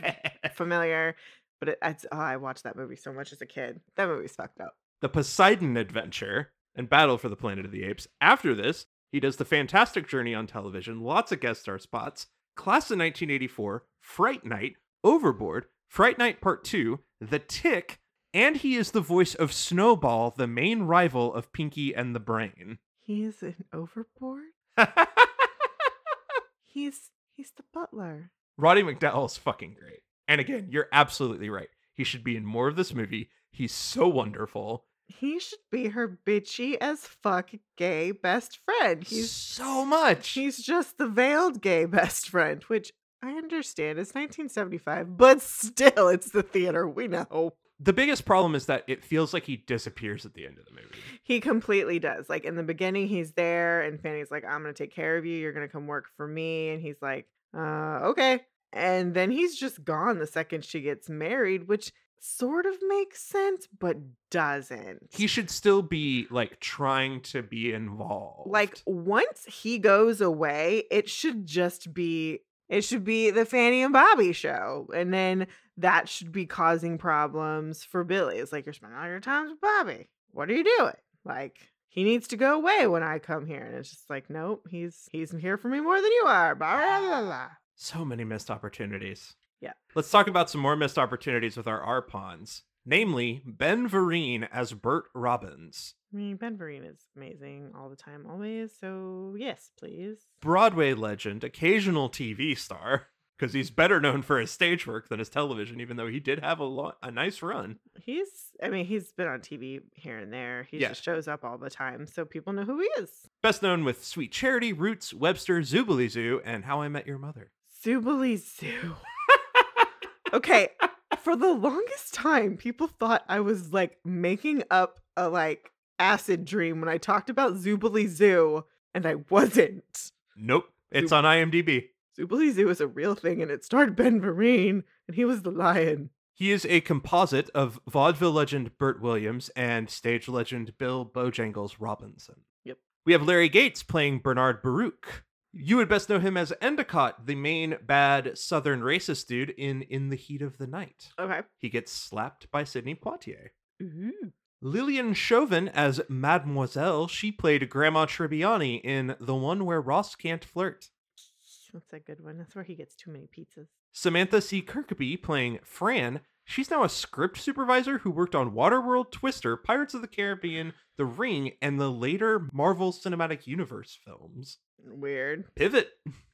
[SPEAKER 1] familiar, but it, it's, oh, I watched that movie so much as a kid. That movie's fucked up.
[SPEAKER 2] the Poseidon Adventure, and Battle for the Planet of the Apes. After this, he does the Fantastic Journey on television, lots of guest star spots, Class of 1984, Fright Night, Overboard, Fright Night Part 2, The Tick, and he is the voice of Snowball, the main rival of Pinky and the Brain.
[SPEAKER 1] He's an overboard. He's he's the butler.
[SPEAKER 2] Roddy McDowell's fucking great. And again, you're absolutely right. He should be in more of this movie. He's so wonderful.
[SPEAKER 1] He should be her bitchy as fuck gay best friend. He's
[SPEAKER 2] so much.
[SPEAKER 1] he's just the veiled gay best friend, which I understand is 1975, but still, it's the theater. We know
[SPEAKER 2] The biggest problem is that it feels like he disappears at the end of the movie.
[SPEAKER 1] he completely does. Like in the beginning, he's there, and Fanny's like, "I'm gonna take care of you. You're gonna come work for me," and he's like, "Uh, okay." And then he's just gone the second she gets married, which sort of makes sense, but doesn't.
[SPEAKER 2] He should still be like trying to be involved.
[SPEAKER 1] like once he goes away it should just be it should be the fanny and bobby show and then that should be causing problems for billy it's like you're spending all your time with bobby what are you doing like he needs to go away when i come here and it's just like nope he's he's here for me more than you are blah, blah, blah, blah.
[SPEAKER 2] so many missed opportunities.
[SPEAKER 1] Yeah.
[SPEAKER 2] Let's talk about some more missed opportunities with our Arpons, namely Ben Vereen as Bert Robbins.
[SPEAKER 1] i mean ben vereen is amazing all the time always so yes please
[SPEAKER 2] Broadway legend, occasional TV star, because he's better known for his stage work than his television, even though he did have a lo- a nice run.
[SPEAKER 1] He's, I mean, he's been on TV here and there. He
[SPEAKER 2] Yeah.
[SPEAKER 1] just shows up all the time, so people know who he is.
[SPEAKER 2] Best known with Sweet Charity, Roots, Webster, Zoobaloo Zoo, and How I Met Your Mother.
[SPEAKER 1] Zubily Zoo. okay, for the longest time, people thought I was like making up a like acid dream when I talked about Zubily Zoo, and I wasn't.
[SPEAKER 2] Nope, it's on IMDb.
[SPEAKER 1] Zubily Zoo is a real thing, and it starred Ben Vereen, and he was the lion.
[SPEAKER 2] He is a composite of vaudeville legend Burt Williams and stage legend Bill Bojangles Robinson.
[SPEAKER 1] Yep.
[SPEAKER 2] We have Larry Gates playing Bernard Baruch. You would best know him as Endicott, the main bad southern racist dude in In the Heat of the Night.
[SPEAKER 1] Okay.
[SPEAKER 2] He gets slapped by Sidney Poitier.
[SPEAKER 1] Ooh.
[SPEAKER 2] Lillian Chauvin as Mademoiselle. She played Grandma Tribbiani in The One Where Ross Can't Flirt.
[SPEAKER 1] That's a good one. That's where he gets too many pizzas.
[SPEAKER 2] Samantha C. Kirkby playing Fran. She's now a script supervisor who worked on Waterworld, Twister, Pirates of the Caribbean, The Ring, and the later Marvel Cinematic Universe films.
[SPEAKER 1] Weird.
[SPEAKER 2] Pivot.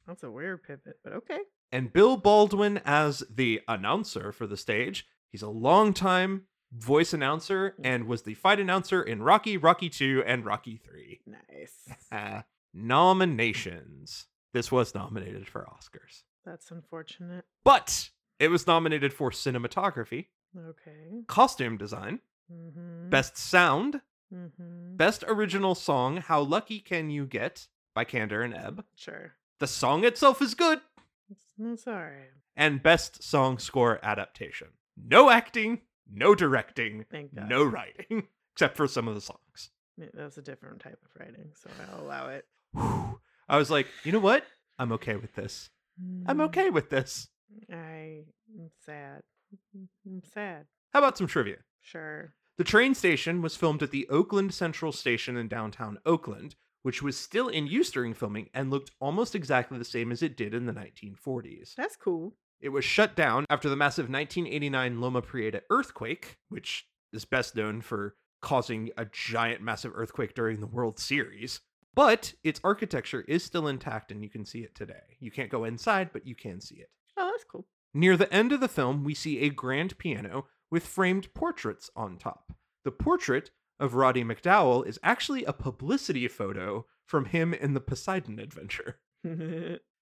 [SPEAKER 1] That's a weird pivot, but okay.
[SPEAKER 2] And Bill Baldwin as the announcer for the stage. He's a longtime voice announcer and was the fight announcer in Rocky, Rocky 2, and Rocky 3.
[SPEAKER 1] Nice.
[SPEAKER 2] Uh, nominations. This was nominated for Oscars,
[SPEAKER 1] That's unfortunate.
[SPEAKER 2] but it was nominated for cinematography,
[SPEAKER 1] Okay.
[SPEAKER 2] costume design,
[SPEAKER 1] Mm-hmm.
[SPEAKER 2] best sound,
[SPEAKER 1] Mm-hmm.
[SPEAKER 2] best original song, How Lucky Can You Get by Candor and Ebb.
[SPEAKER 1] Sure.
[SPEAKER 2] The song itself is good,
[SPEAKER 1] It's- It's all right.
[SPEAKER 2] and best song score adaptation. No acting, no directing,
[SPEAKER 1] Thank God.
[SPEAKER 2] no writing, except for some of the songs.
[SPEAKER 1] Yeah, That was a different type of writing, so I'll allow it.
[SPEAKER 2] Whew. I was like, you know what? I'm okay with this. I'm
[SPEAKER 1] Mm,
[SPEAKER 2] okay with this.
[SPEAKER 1] I- I'm sad. Mm, I'm sad.
[SPEAKER 2] How about some trivia?
[SPEAKER 1] Sure.
[SPEAKER 2] The train station was filmed at the Oakland Central Station in downtown Oakland, which was still in use during filming and looked almost exactly the same as it did in the 1940s.
[SPEAKER 1] That's cool.
[SPEAKER 2] It was shut down after the massive 1989 Loma Prieta earthquake, which is best known for causing a giant massive earthquake during the World Series. But its architecture is still intact and you can see it today. You can't go inside, but you can see it.
[SPEAKER 1] Oh, that's cool.
[SPEAKER 2] Near the end of the film, we see a grand piano with framed portraits on top. The portrait of Roddy McDowell is actually a publicity photo from him in the Poseidon Adventure.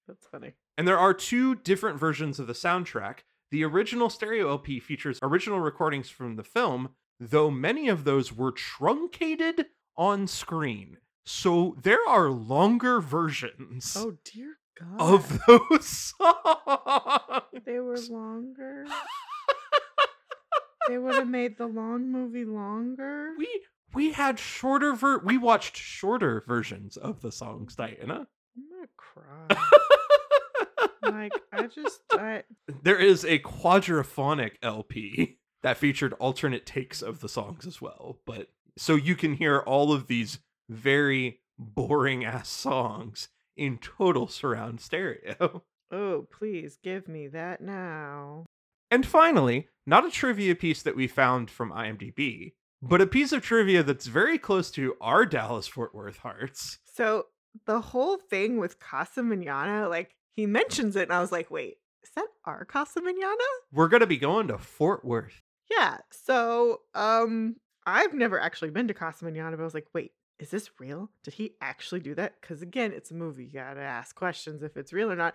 [SPEAKER 1] that's funny.
[SPEAKER 2] And there are two different versions of the soundtrack. The original stereo LP features original recordings from the film, though many of those were truncated on screen. So there are longer versions
[SPEAKER 1] Oh dear God.
[SPEAKER 2] of those songs.
[SPEAKER 1] they were longer. they would have made the long movie longer.
[SPEAKER 2] we we had shorter ver we watched shorter versions of the songs diana
[SPEAKER 1] I'm gonna cry. like I just I
[SPEAKER 2] there is a quadraphonic lp that featured alternate takes of the songs as well but so you can hear all of these very boring ass songs in total surround stereo
[SPEAKER 1] oh please give me that now.
[SPEAKER 2] and finally not a trivia piece that we found from imdb but a piece of trivia that's very close to our dallas fort worth hearts
[SPEAKER 1] So the whole thing with Casa Manana, like he mentions it, and I was like, wait, is that our Casa Manana?
[SPEAKER 2] we're going to be going to fort worth
[SPEAKER 1] Yeah. So um, I've never actually been to Casa Manana, but I was like, wait, is this real? Did he actually do that? Because again, it's a movie. You gotta ask questions if it's real or not.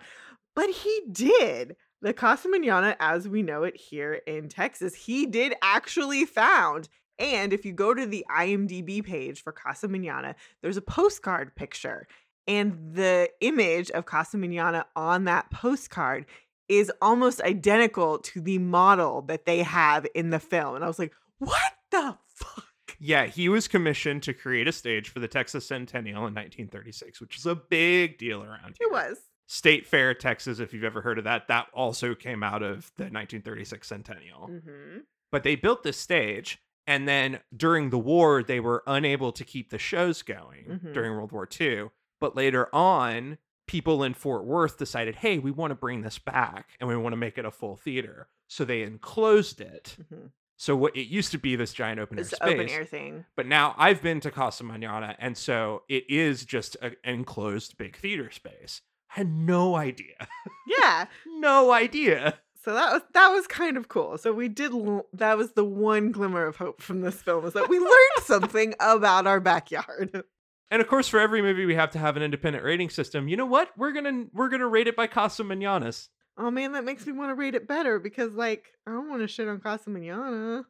[SPEAKER 1] But he did. The Casa Manana, as we know it here in Texas, he did actually found. And if you go to the IMDb page for Casa Manana, there's a postcard picture. And the image of Casa Manana on that postcard is almost identical to the model that they have in the film. And I was like, what the fuck?
[SPEAKER 2] Yeah, he was commissioned to create a stage for the Texas Centennial in 1936, which is a big deal around here.
[SPEAKER 1] It was.
[SPEAKER 2] State Fair, Texas, if you've ever heard of that, that also came out of the 1936 Centennial.
[SPEAKER 1] Mm-hmm.
[SPEAKER 2] But they built this stage, and then during the war, they were unable to keep the shows going
[SPEAKER 1] Mhm.
[SPEAKER 2] during World War II. But later on, people in Fort Worth decided, hey, we want to bring this back and we want to make it a full theater. So they enclosed it.
[SPEAKER 1] Mm-hmm.
[SPEAKER 2] So what it used to be this giant open air
[SPEAKER 1] Mm. It's
[SPEAKER 2] space
[SPEAKER 1] the open air thing.
[SPEAKER 2] but now I've been to Casa Manana, and so it is just a- an enclosed big theater space. had no idea.
[SPEAKER 1] Yeah.
[SPEAKER 2] No idea.
[SPEAKER 1] So that was that was kind of cool. So we did l- that was the one glimmer of hope from this film is that we learned something about our backyard.
[SPEAKER 2] And of course, for every movie we have to have an independent rating system. You know what? We're gonna we're gonna rate it by Casa Mañanas.
[SPEAKER 1] Oh man, that makes me want to rate it better because like I don't want to shit on Casa Manana.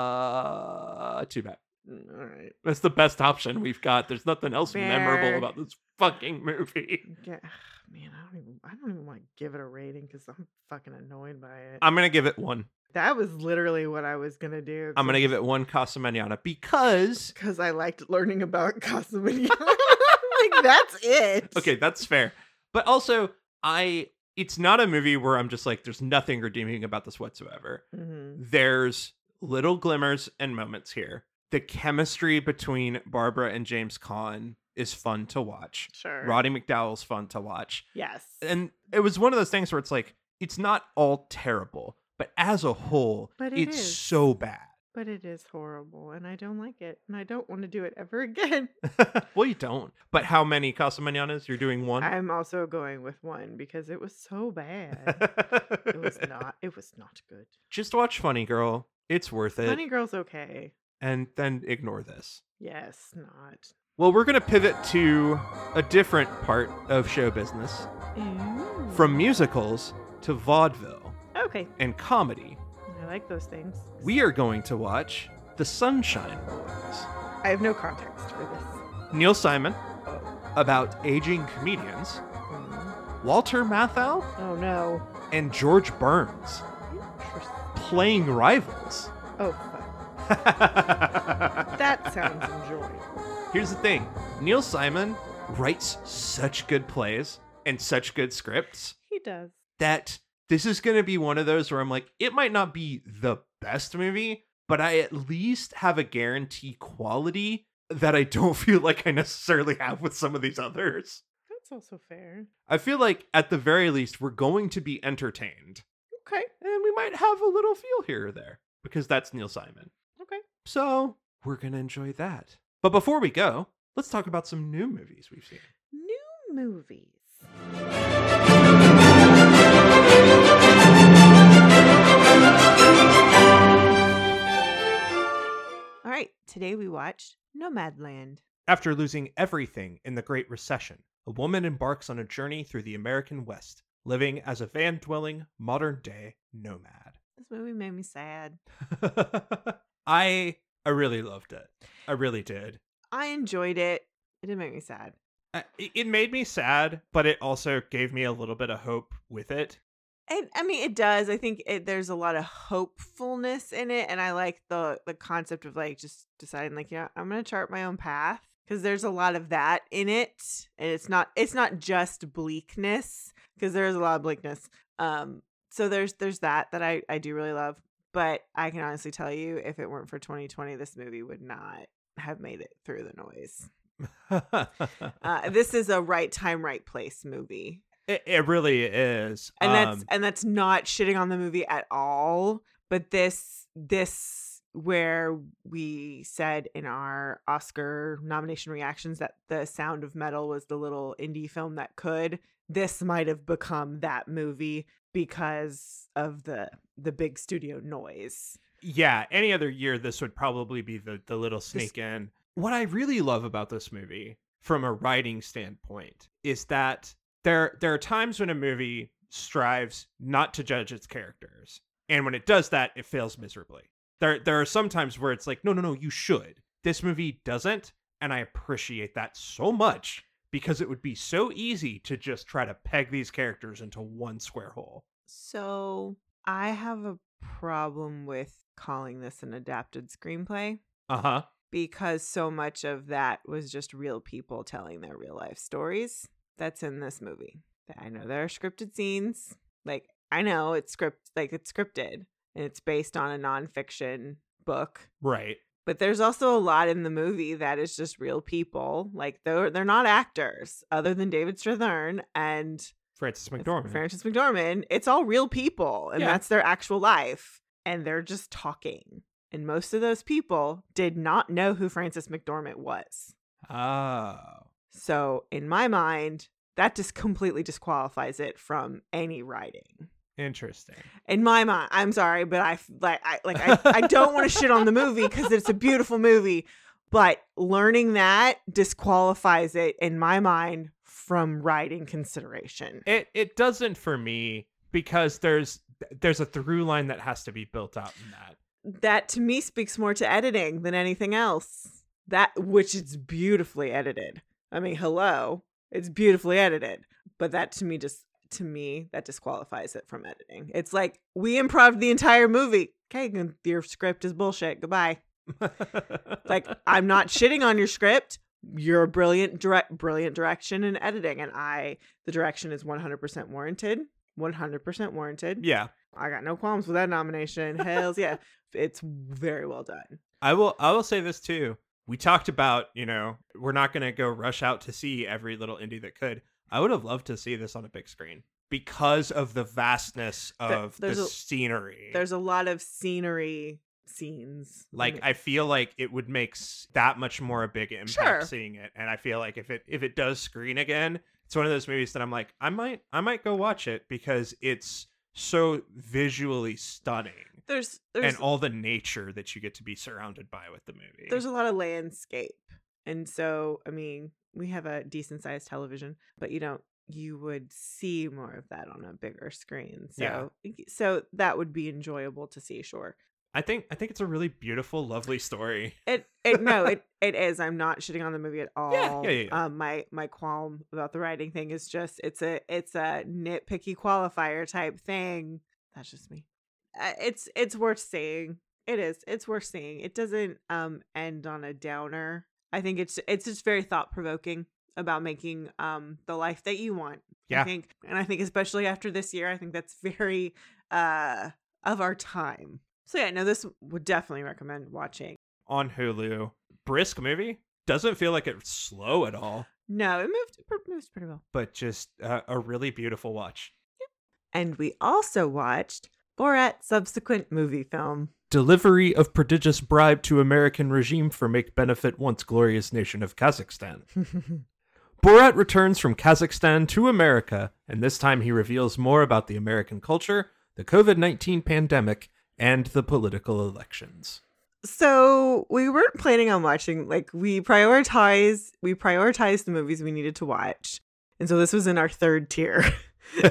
[SPEAKER 2] Uh, too bad.
[SPEAKER 1] Mm, All right.
[SPEAKER 2] That's the best option we've got. There's nothing else memorable
[SPEAKER 1] Fair.
[SPEAKER 2] about this fucking movie.
[SPEAKER 1] Yeah, man, I don't even I don't even want to give it a rating because I'm fucking annoyed by it.
[SPEAKER 2] I'm gonna give it one.
[SPEAKER 1] that was literally what I was gonna do.
[SPEAKER 2] I'm gonna give it one Casa Mañana because
[SPEAKER 1] because I liked learning about Casa Manana. like that's it.
[SPEAKER 2] okay, that's fair. But also, I it's not a movie where I'm just like, there's nothing redeeming about this whatsoever.
[SPEAKER 1] hmm
[SPEAKER 2] There's little glimmers and moments here. The chemistry between Barbara and James Caan is fun to watch.
[SPEAKER 1] Sure.
[SPEAKER 2] Roddy McDowell's fun to watch.
[SPEAKER 1] Yes.
[SPEAKER 2] And it was one of those things where it's like, it's not all terrible, but as a whole,
[SPEAKER 1] But it
[SPEAKER 2] it's
[SPEAKER 1] is.
[SPEAKER 2] so bad.
[SPEAKER 1] But it is horrible, and I don't like it, and I don't want to do it ever again.
[SPEAKER 2] well, you don't. But how many Casa Mañanas? You're doing one?
[SPEAKER 1] I'm also going with one because it was so bad. it was not. It was not good.
[SPEAKER 2] Just watch Funny Girl. It's worth it.
[SPEAKER 1] Funny Girl's okay.
[SPEAKER 2] and then ignore this.
[SPEAKER 1] Yes, not.
[SPEAKER 2] Well, we're going to pivot to a different part of show business
[SPEAKER 1] Ooh.
[SPEAKER 2] from musicals to vaudeville
[SPEAKER 1] Okay,
[SPEAKER 2] and comedy.
[SPEAKER 1] I like those things.
[SPEAKER 2] We are going to watch The Sunshine Boys.
[SPEAKER 1] I have no context for this.
[SPEAKER 2] Neil Simon
[SPEAKER 1] Oh,
[SPEAKER 2] about aging comedians, Mm-hmm.
[SPEAKER 1] mm.
[SPEAKER 2] Walter Matthau
[SPEAKER 1] oh no.
[SPEAKER 2] and George Burns
[SPEAKER 1] Interest-
[SPEAKER 2] playing rivals.
[SPEAKER 1] Oh, fuck. that sounds enjoyable.
[SPEAKER 2] Here's the thing Neil Simon writes such good plays and such good scripts.
[SPEAKER 1] He does.
[SPEAKER 2] that this is going to be one of those where I'm like, it might not be the best movie, but I at least have a guarantee quality that I don't feel like I necessarily have with some of these others.
[SPEAKER 1] That's also fair.
[SPEAKER 2] I feel like at the very least, we're going to be entertained
[SPEAKER 1] Okay,
[SPEAKER 2] and we might have a little feel here or there because that's Neil Simon.
[SPEAKER 1] okay.
[SPEAKER 2] So we're going to enjoy that. But before we go, let's talk about some new movies we've seen.
[SPEAKER 1] New movies. All right, today we watched Nomadland.
[SPEAKER 4] After losing everything in the Great Recession, a woman embarks on a journey through the American West, living as a van dwelling, modern day nomad.
[SPEAKER 1] This movie made me sad.
[SPEAKER 4] I I really loved it. I really did.
[SPEAKER 1] I enjoyed it. It didn't make me sad.
[SPEAKER 4] I- It it made me sad, but it also gave me a little bit of hope with it.
[SPEAKER 1] And I mean, it does. I think it, there's a lot of hopefulness in it, and I like the the concept of like just deciding, like, yeah, I'm gonna chart my own path because there's a lot of that in it, and it's not it's not just bleakness because there is a lot of bleakness. Um, so there's there's that that I I do really love, but I can honestly tell you, if it weren't for 2020, this movie would not have made it through the noise. Uh, this is a right time, right place movie
[SPEAKER 4] It, it really is.
[SPEAKER 1] and that's
[SPEAKER 4] Um,
[SPEAKER 1] and that's not shitting on the movie at all but this this where we said in our oscar nomination reactions that the sound of metal was the little indie film that could this might have become that movie because of the the big studio noise
[SPEAKER 4] yeah, any other year this would probably be the the little sneak in. What I really love about this movie from a writing standpoint is that there there are times when a movie strives not to judge its characters. And when it does that, it fails miserably. There there are some times where it's like, no, no, no, you should. This movie doesn't, and I appreciate that so much because it would be so easy to just try to peg these characters into one square hole.
[SPEAKER 1] so i have a problem with calling this an adapted screenplay
[SPEAKER 4] Uh-huh.
[SPEAKER 1] because so much of that was just real people telling their real life stories that's in this movie. I know there are scripted scenes. Like I know it's script like it's scripted and it's based on a nonfiction book.
[SPEAKER 4] Right.
[SPEAKER 1] But there's also a lot in the movie that is just real people. Like they're they're not actors, other than David Strathern and
[SPEAKER 4] Francis
[SPEAKER 1] it's
[SPEAKER 4] McDormand.
[SPEAKER 1] Frances McDormand. It's all real people, and
[SPEAKER 4] Yeah.
[SPEAKER 1] that's their actual life, and they're just talking. And most of those people did not know who Frances McDormand was.
[SPEAKER 4] Oh.
[SPEAKER 1] So in my mind, that just completely disqualifies it from any writing.
[SPEAKER 2] Interesting.
[SPEAKER 1] In my mind, I'm sorry, but I f- like I like I, I don't want to shit on the movie because it's a beautiful movie, but learning that disqualifies it in my mind from writing consideration.
[SPEAKER 2] It it doesn't for me because there's there's a through line that has to be built out in that.
[SPEAKER 1] That to me speaks more to editing than anything else. That which it's beautifully edited. I mean, hello, it's beautifully edited, but that to me just to me that disqualifies it from editing. It's like we improv the entire movie. Okay, your script is bullshit. Goodbye. like I'm not shitting on your script. You're a brilliant direct brilliant direction in editing and I the direction is 100% warranted. 100% warranted.
[SPEAKER 2] Yeah.
[SPEAKER 1] I got no qualms with that nomination. Hells yeah. It's very well done.
[SPEAKER 2] I will I will say this too. We talked about, you know, we're not going to go rush out to see every little indie that could. I would have loved to see this on a big screen because of the vastness
[SPEAKER 1] There-
[SPEAKER 2] of
[SPEAKER 1] there's
[SPEAKER 2] the
[SPEAKER 1] a-
[SPEAKER 2] scenery.
[SPEAKER 1] There's a lot of scenery scenes.
[SPEAKER 2] like I feel like it would make s- that much more a big impact
[SPEAKER 1] Sure.
[SPEAKER 2] seeing it, and I feel like if it if it does screen again, it's one of those movies that I'm like I might I might go watch it because it's so visually stunning
[SPEAKER 1] there's there's
[SPEAKER 2] and all the nature that you get to be surrounded by with the movie.
[SPEAKER 1] there's a lot of landscape and so i mean we have a decent sized television but you don't you would see more of that on a bigger screen
[SPEAKER 2] Yeah.
[SPEAKER 1] so so that would be enjoyable to see sure
[SPEAKER 2] I think I think it's a really beautiful, lovely story.
[SPEAKER 1] it it no it it is i'm not shitting on the movie at all
[SPEAKER 2] yeah, yeah, yeah.
[SPEAKER 1] um my my qualm about the writing thing is just it's a it's a nitpicky qualifier type thing that's just me uh, it's it's worth seeing it is it's worth seeing it doesn't um end on a downer i think it's it's just very thought provoking about making um the life that you want i
[SPEAKER 2] Yeah.
[SPEAKER 1] think and i think especially after this year i think that's very uh of our time so yeah no this would definitely recommend watching
[SPEAKER 2] on Hulu. Brisk movie. Doesn't feel like it's slow at all,
[SPEAKER 1] no it moved it pr- moves pretty well
[SPEAKER 2] but just uh, a really beautiful watch.
[SPEAKER 1] And we also watched Borat's subsequent movie film.
[SPEAKER 5] Delivery of prodigious bribe to American regime for make benefit once glorious nation of Kazakhstan. Borat returns from Kazakhstan to America, and this time he reveals more about the American culture, the COVID 19 pandemic, and the political elections.
[SPEAKER 1] So we weren't planning on watching, like we prioritize we prioritized the movies we needed to watch. And so this was in our third tier.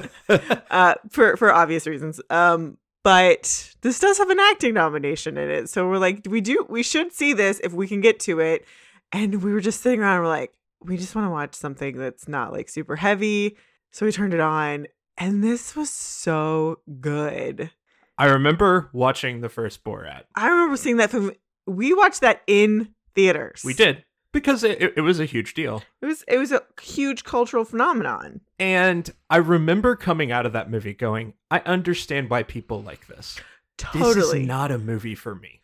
[SPEAKER 1] uh, for for obvious reasons. Um, but this does have an acting nomination in it, so we're like, we do, we should see this if we can get to it. And we were just sitting around, and we're like, we just want to watch something that's not like super heavy. So we turned it on, and this was so good.
[SPEAKER 2] I remember watching the first Borat.
[SPEAKER 1] I remember seeing that film. We watched that in theaters.
[SPEAKER 2] We did because it, it, it was a huge deal.
[SPEAKER 1] It was it was a huge cultural phenomenon.
[SPEAKER 2] And I remember coming out of that movie going, I understand why people like this.
[SPEAKER 1] Totally.
[SPEAKER 2] This is not a movie for me.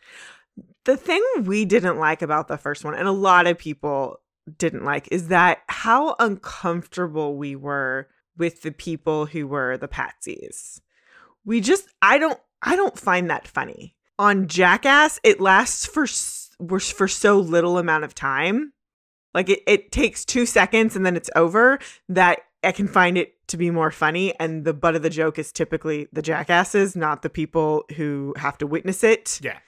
[SPEAKER 1] the thing we didn't like about the first one and a lot of people didn't like is that how uncomfortable we were with the people who were the patsies we just i don't i don't find that funny on jackass it lasts for s- for for so little amount of time like it, it takes two seconds and then it's over that i can find it to be more funny and the butt of the joke is typically the jackasses not the people who have to witness it
[SPEAKER 2] Yeah.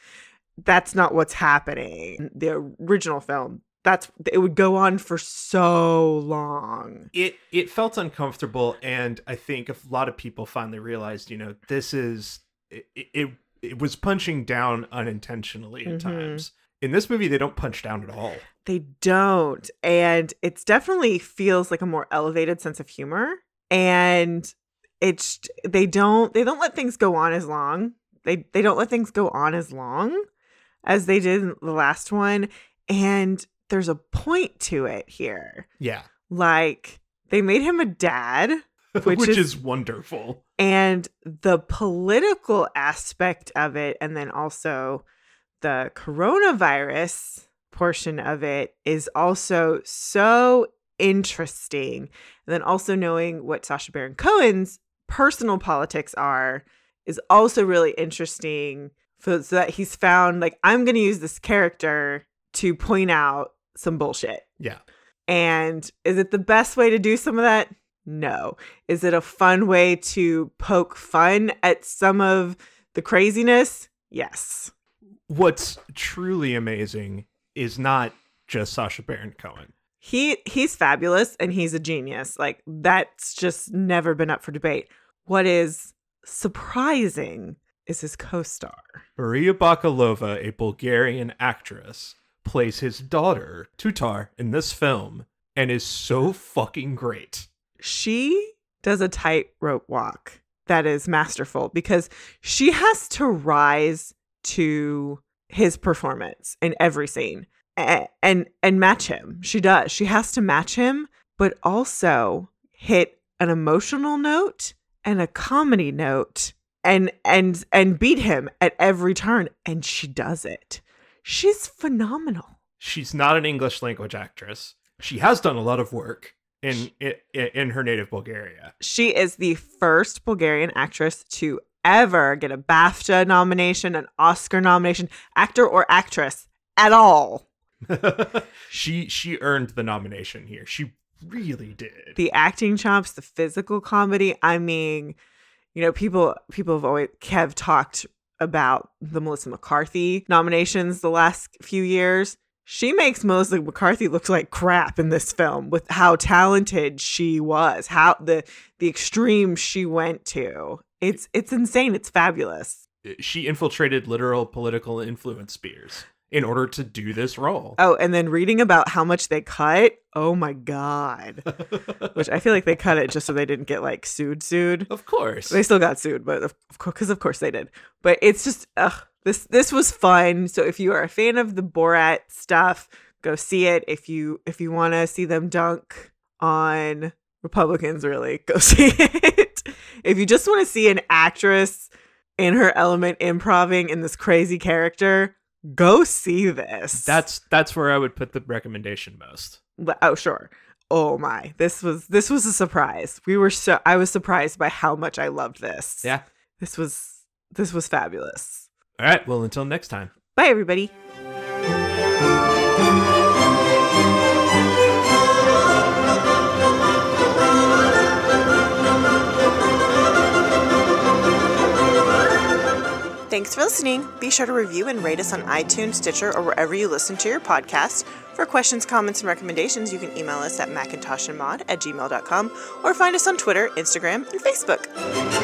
[SPEAKER 1] that's not what's happening the original film that's it would go on for so long
[SPEAKER 2] It it felt uncomfortable and I think a lot of people finally realized, you know, this is it it, it was punching down unintentionally at
[SPEAKER 1] Mhm.
[SPEAKER 2] times. In this movie they don't punch down at all.
[SPEAKER 1] they don't and it's definitely feels like a more elevated sense of humor and it's they don't they don't let things go on as long they they don't let things go on as long as they did in the last one and there's a point to it here
[SPEAKER 2] Yeah.
[SPEAKER 1] like they made him a dad Which
[SPEAKER 2] Which,
[SPEAKER 1] is-
[SPEAKER 2] is, wonderful.
[SPEAKER 1] and the political aspect of it and then also the coronavirus portion of it is also so interesting and then also knowing what sasha baron cohen's personal politics are is also really interesting so, so that he's found like i'm going to use this character to point out some bullshit
[SPEAKER 2] Yeah.
[SPEAKER 1] and is it the best way to do some of that No. Is it a fun way to poke fun at some of the craziness? Yes.
[SPEAKER 2] What's truly amazing is not just Sasha Baron Cohen.
[SPEAKER 1] He he's fabulous and he's a genius. Like that's just never been up for debate. What is surprising is his co-star.
[SPEAKER 2] Maria Bakalova, a Bulgarian actress, plays his daughter, Tutar, in this film and is so fucking great.
[SPEAKER 1] She does a tightrope walk that is masterful because she has to rise to his performance in every scene and and, and match him. She does. She has to match him, but also hit an emotional note and a comedy note and and and beat him at every turn and she does it. She's phenomenal.
[SPEAKER 2] She's not an English language actress. She has done a lot of work in in, in her native Bulgaria.
[SPEAKER 1] She is the first Bulgarian actress to ever get a BAFTA nomination, an Oscar nomination, actor or actress at all.
[SPEAKER 2] she she earned the nomination here. She really did.
[SPEAKER 1] The acting chops, the physical comedy, I mean, you know, people people have always Kev talked about the Melissa McCarthy nominations the last few years. She makes Melissa McCarthy look like crap in this film with how talented she was, how the the extreme she went to. It's it's insane. It's fabulous.
[SPEAKER 2] Uh, she infiltrated literal political influence spheres in order to do this role.
[SPEAKER 1] Oh, and then reading about how much they cut. Oh my god. Which I feel like they cut it just so they didn't get like sued sued.
[SPEAKER 2] Of course.
[SPEAKER 1] They still got sued, but of course, because of course they did. But it's just ugh, this this was fun. So if you are a fan of the Borat stuff, go see it. If you if you want to see them dunk on Republicans, really go see it. if you just want to see an actress in her element improving in this crazy character, go see this.
[SPEAKER 2] That's that's where I would put the recommendation most.
[SPEAKER 1] But- oh sure. Oh my. This was this was a surprise. We were so I was surprised by how much I loved this.
[SPEAKER 2] Yeah.
[SPEAKER 1] This was this was fabulous.
[SPEAKER 2] All right, well until next time.
[SPEAKER 1] Bye everybody. Thanks for listening. Be sure to review and rate us on iTunes, Stitcher, or wherever you listen to your podcast. For questions, comments, and recommendations, you can email us at macintoshandmod at gmail.com or find us on Twitter, Instagram, and Facebook.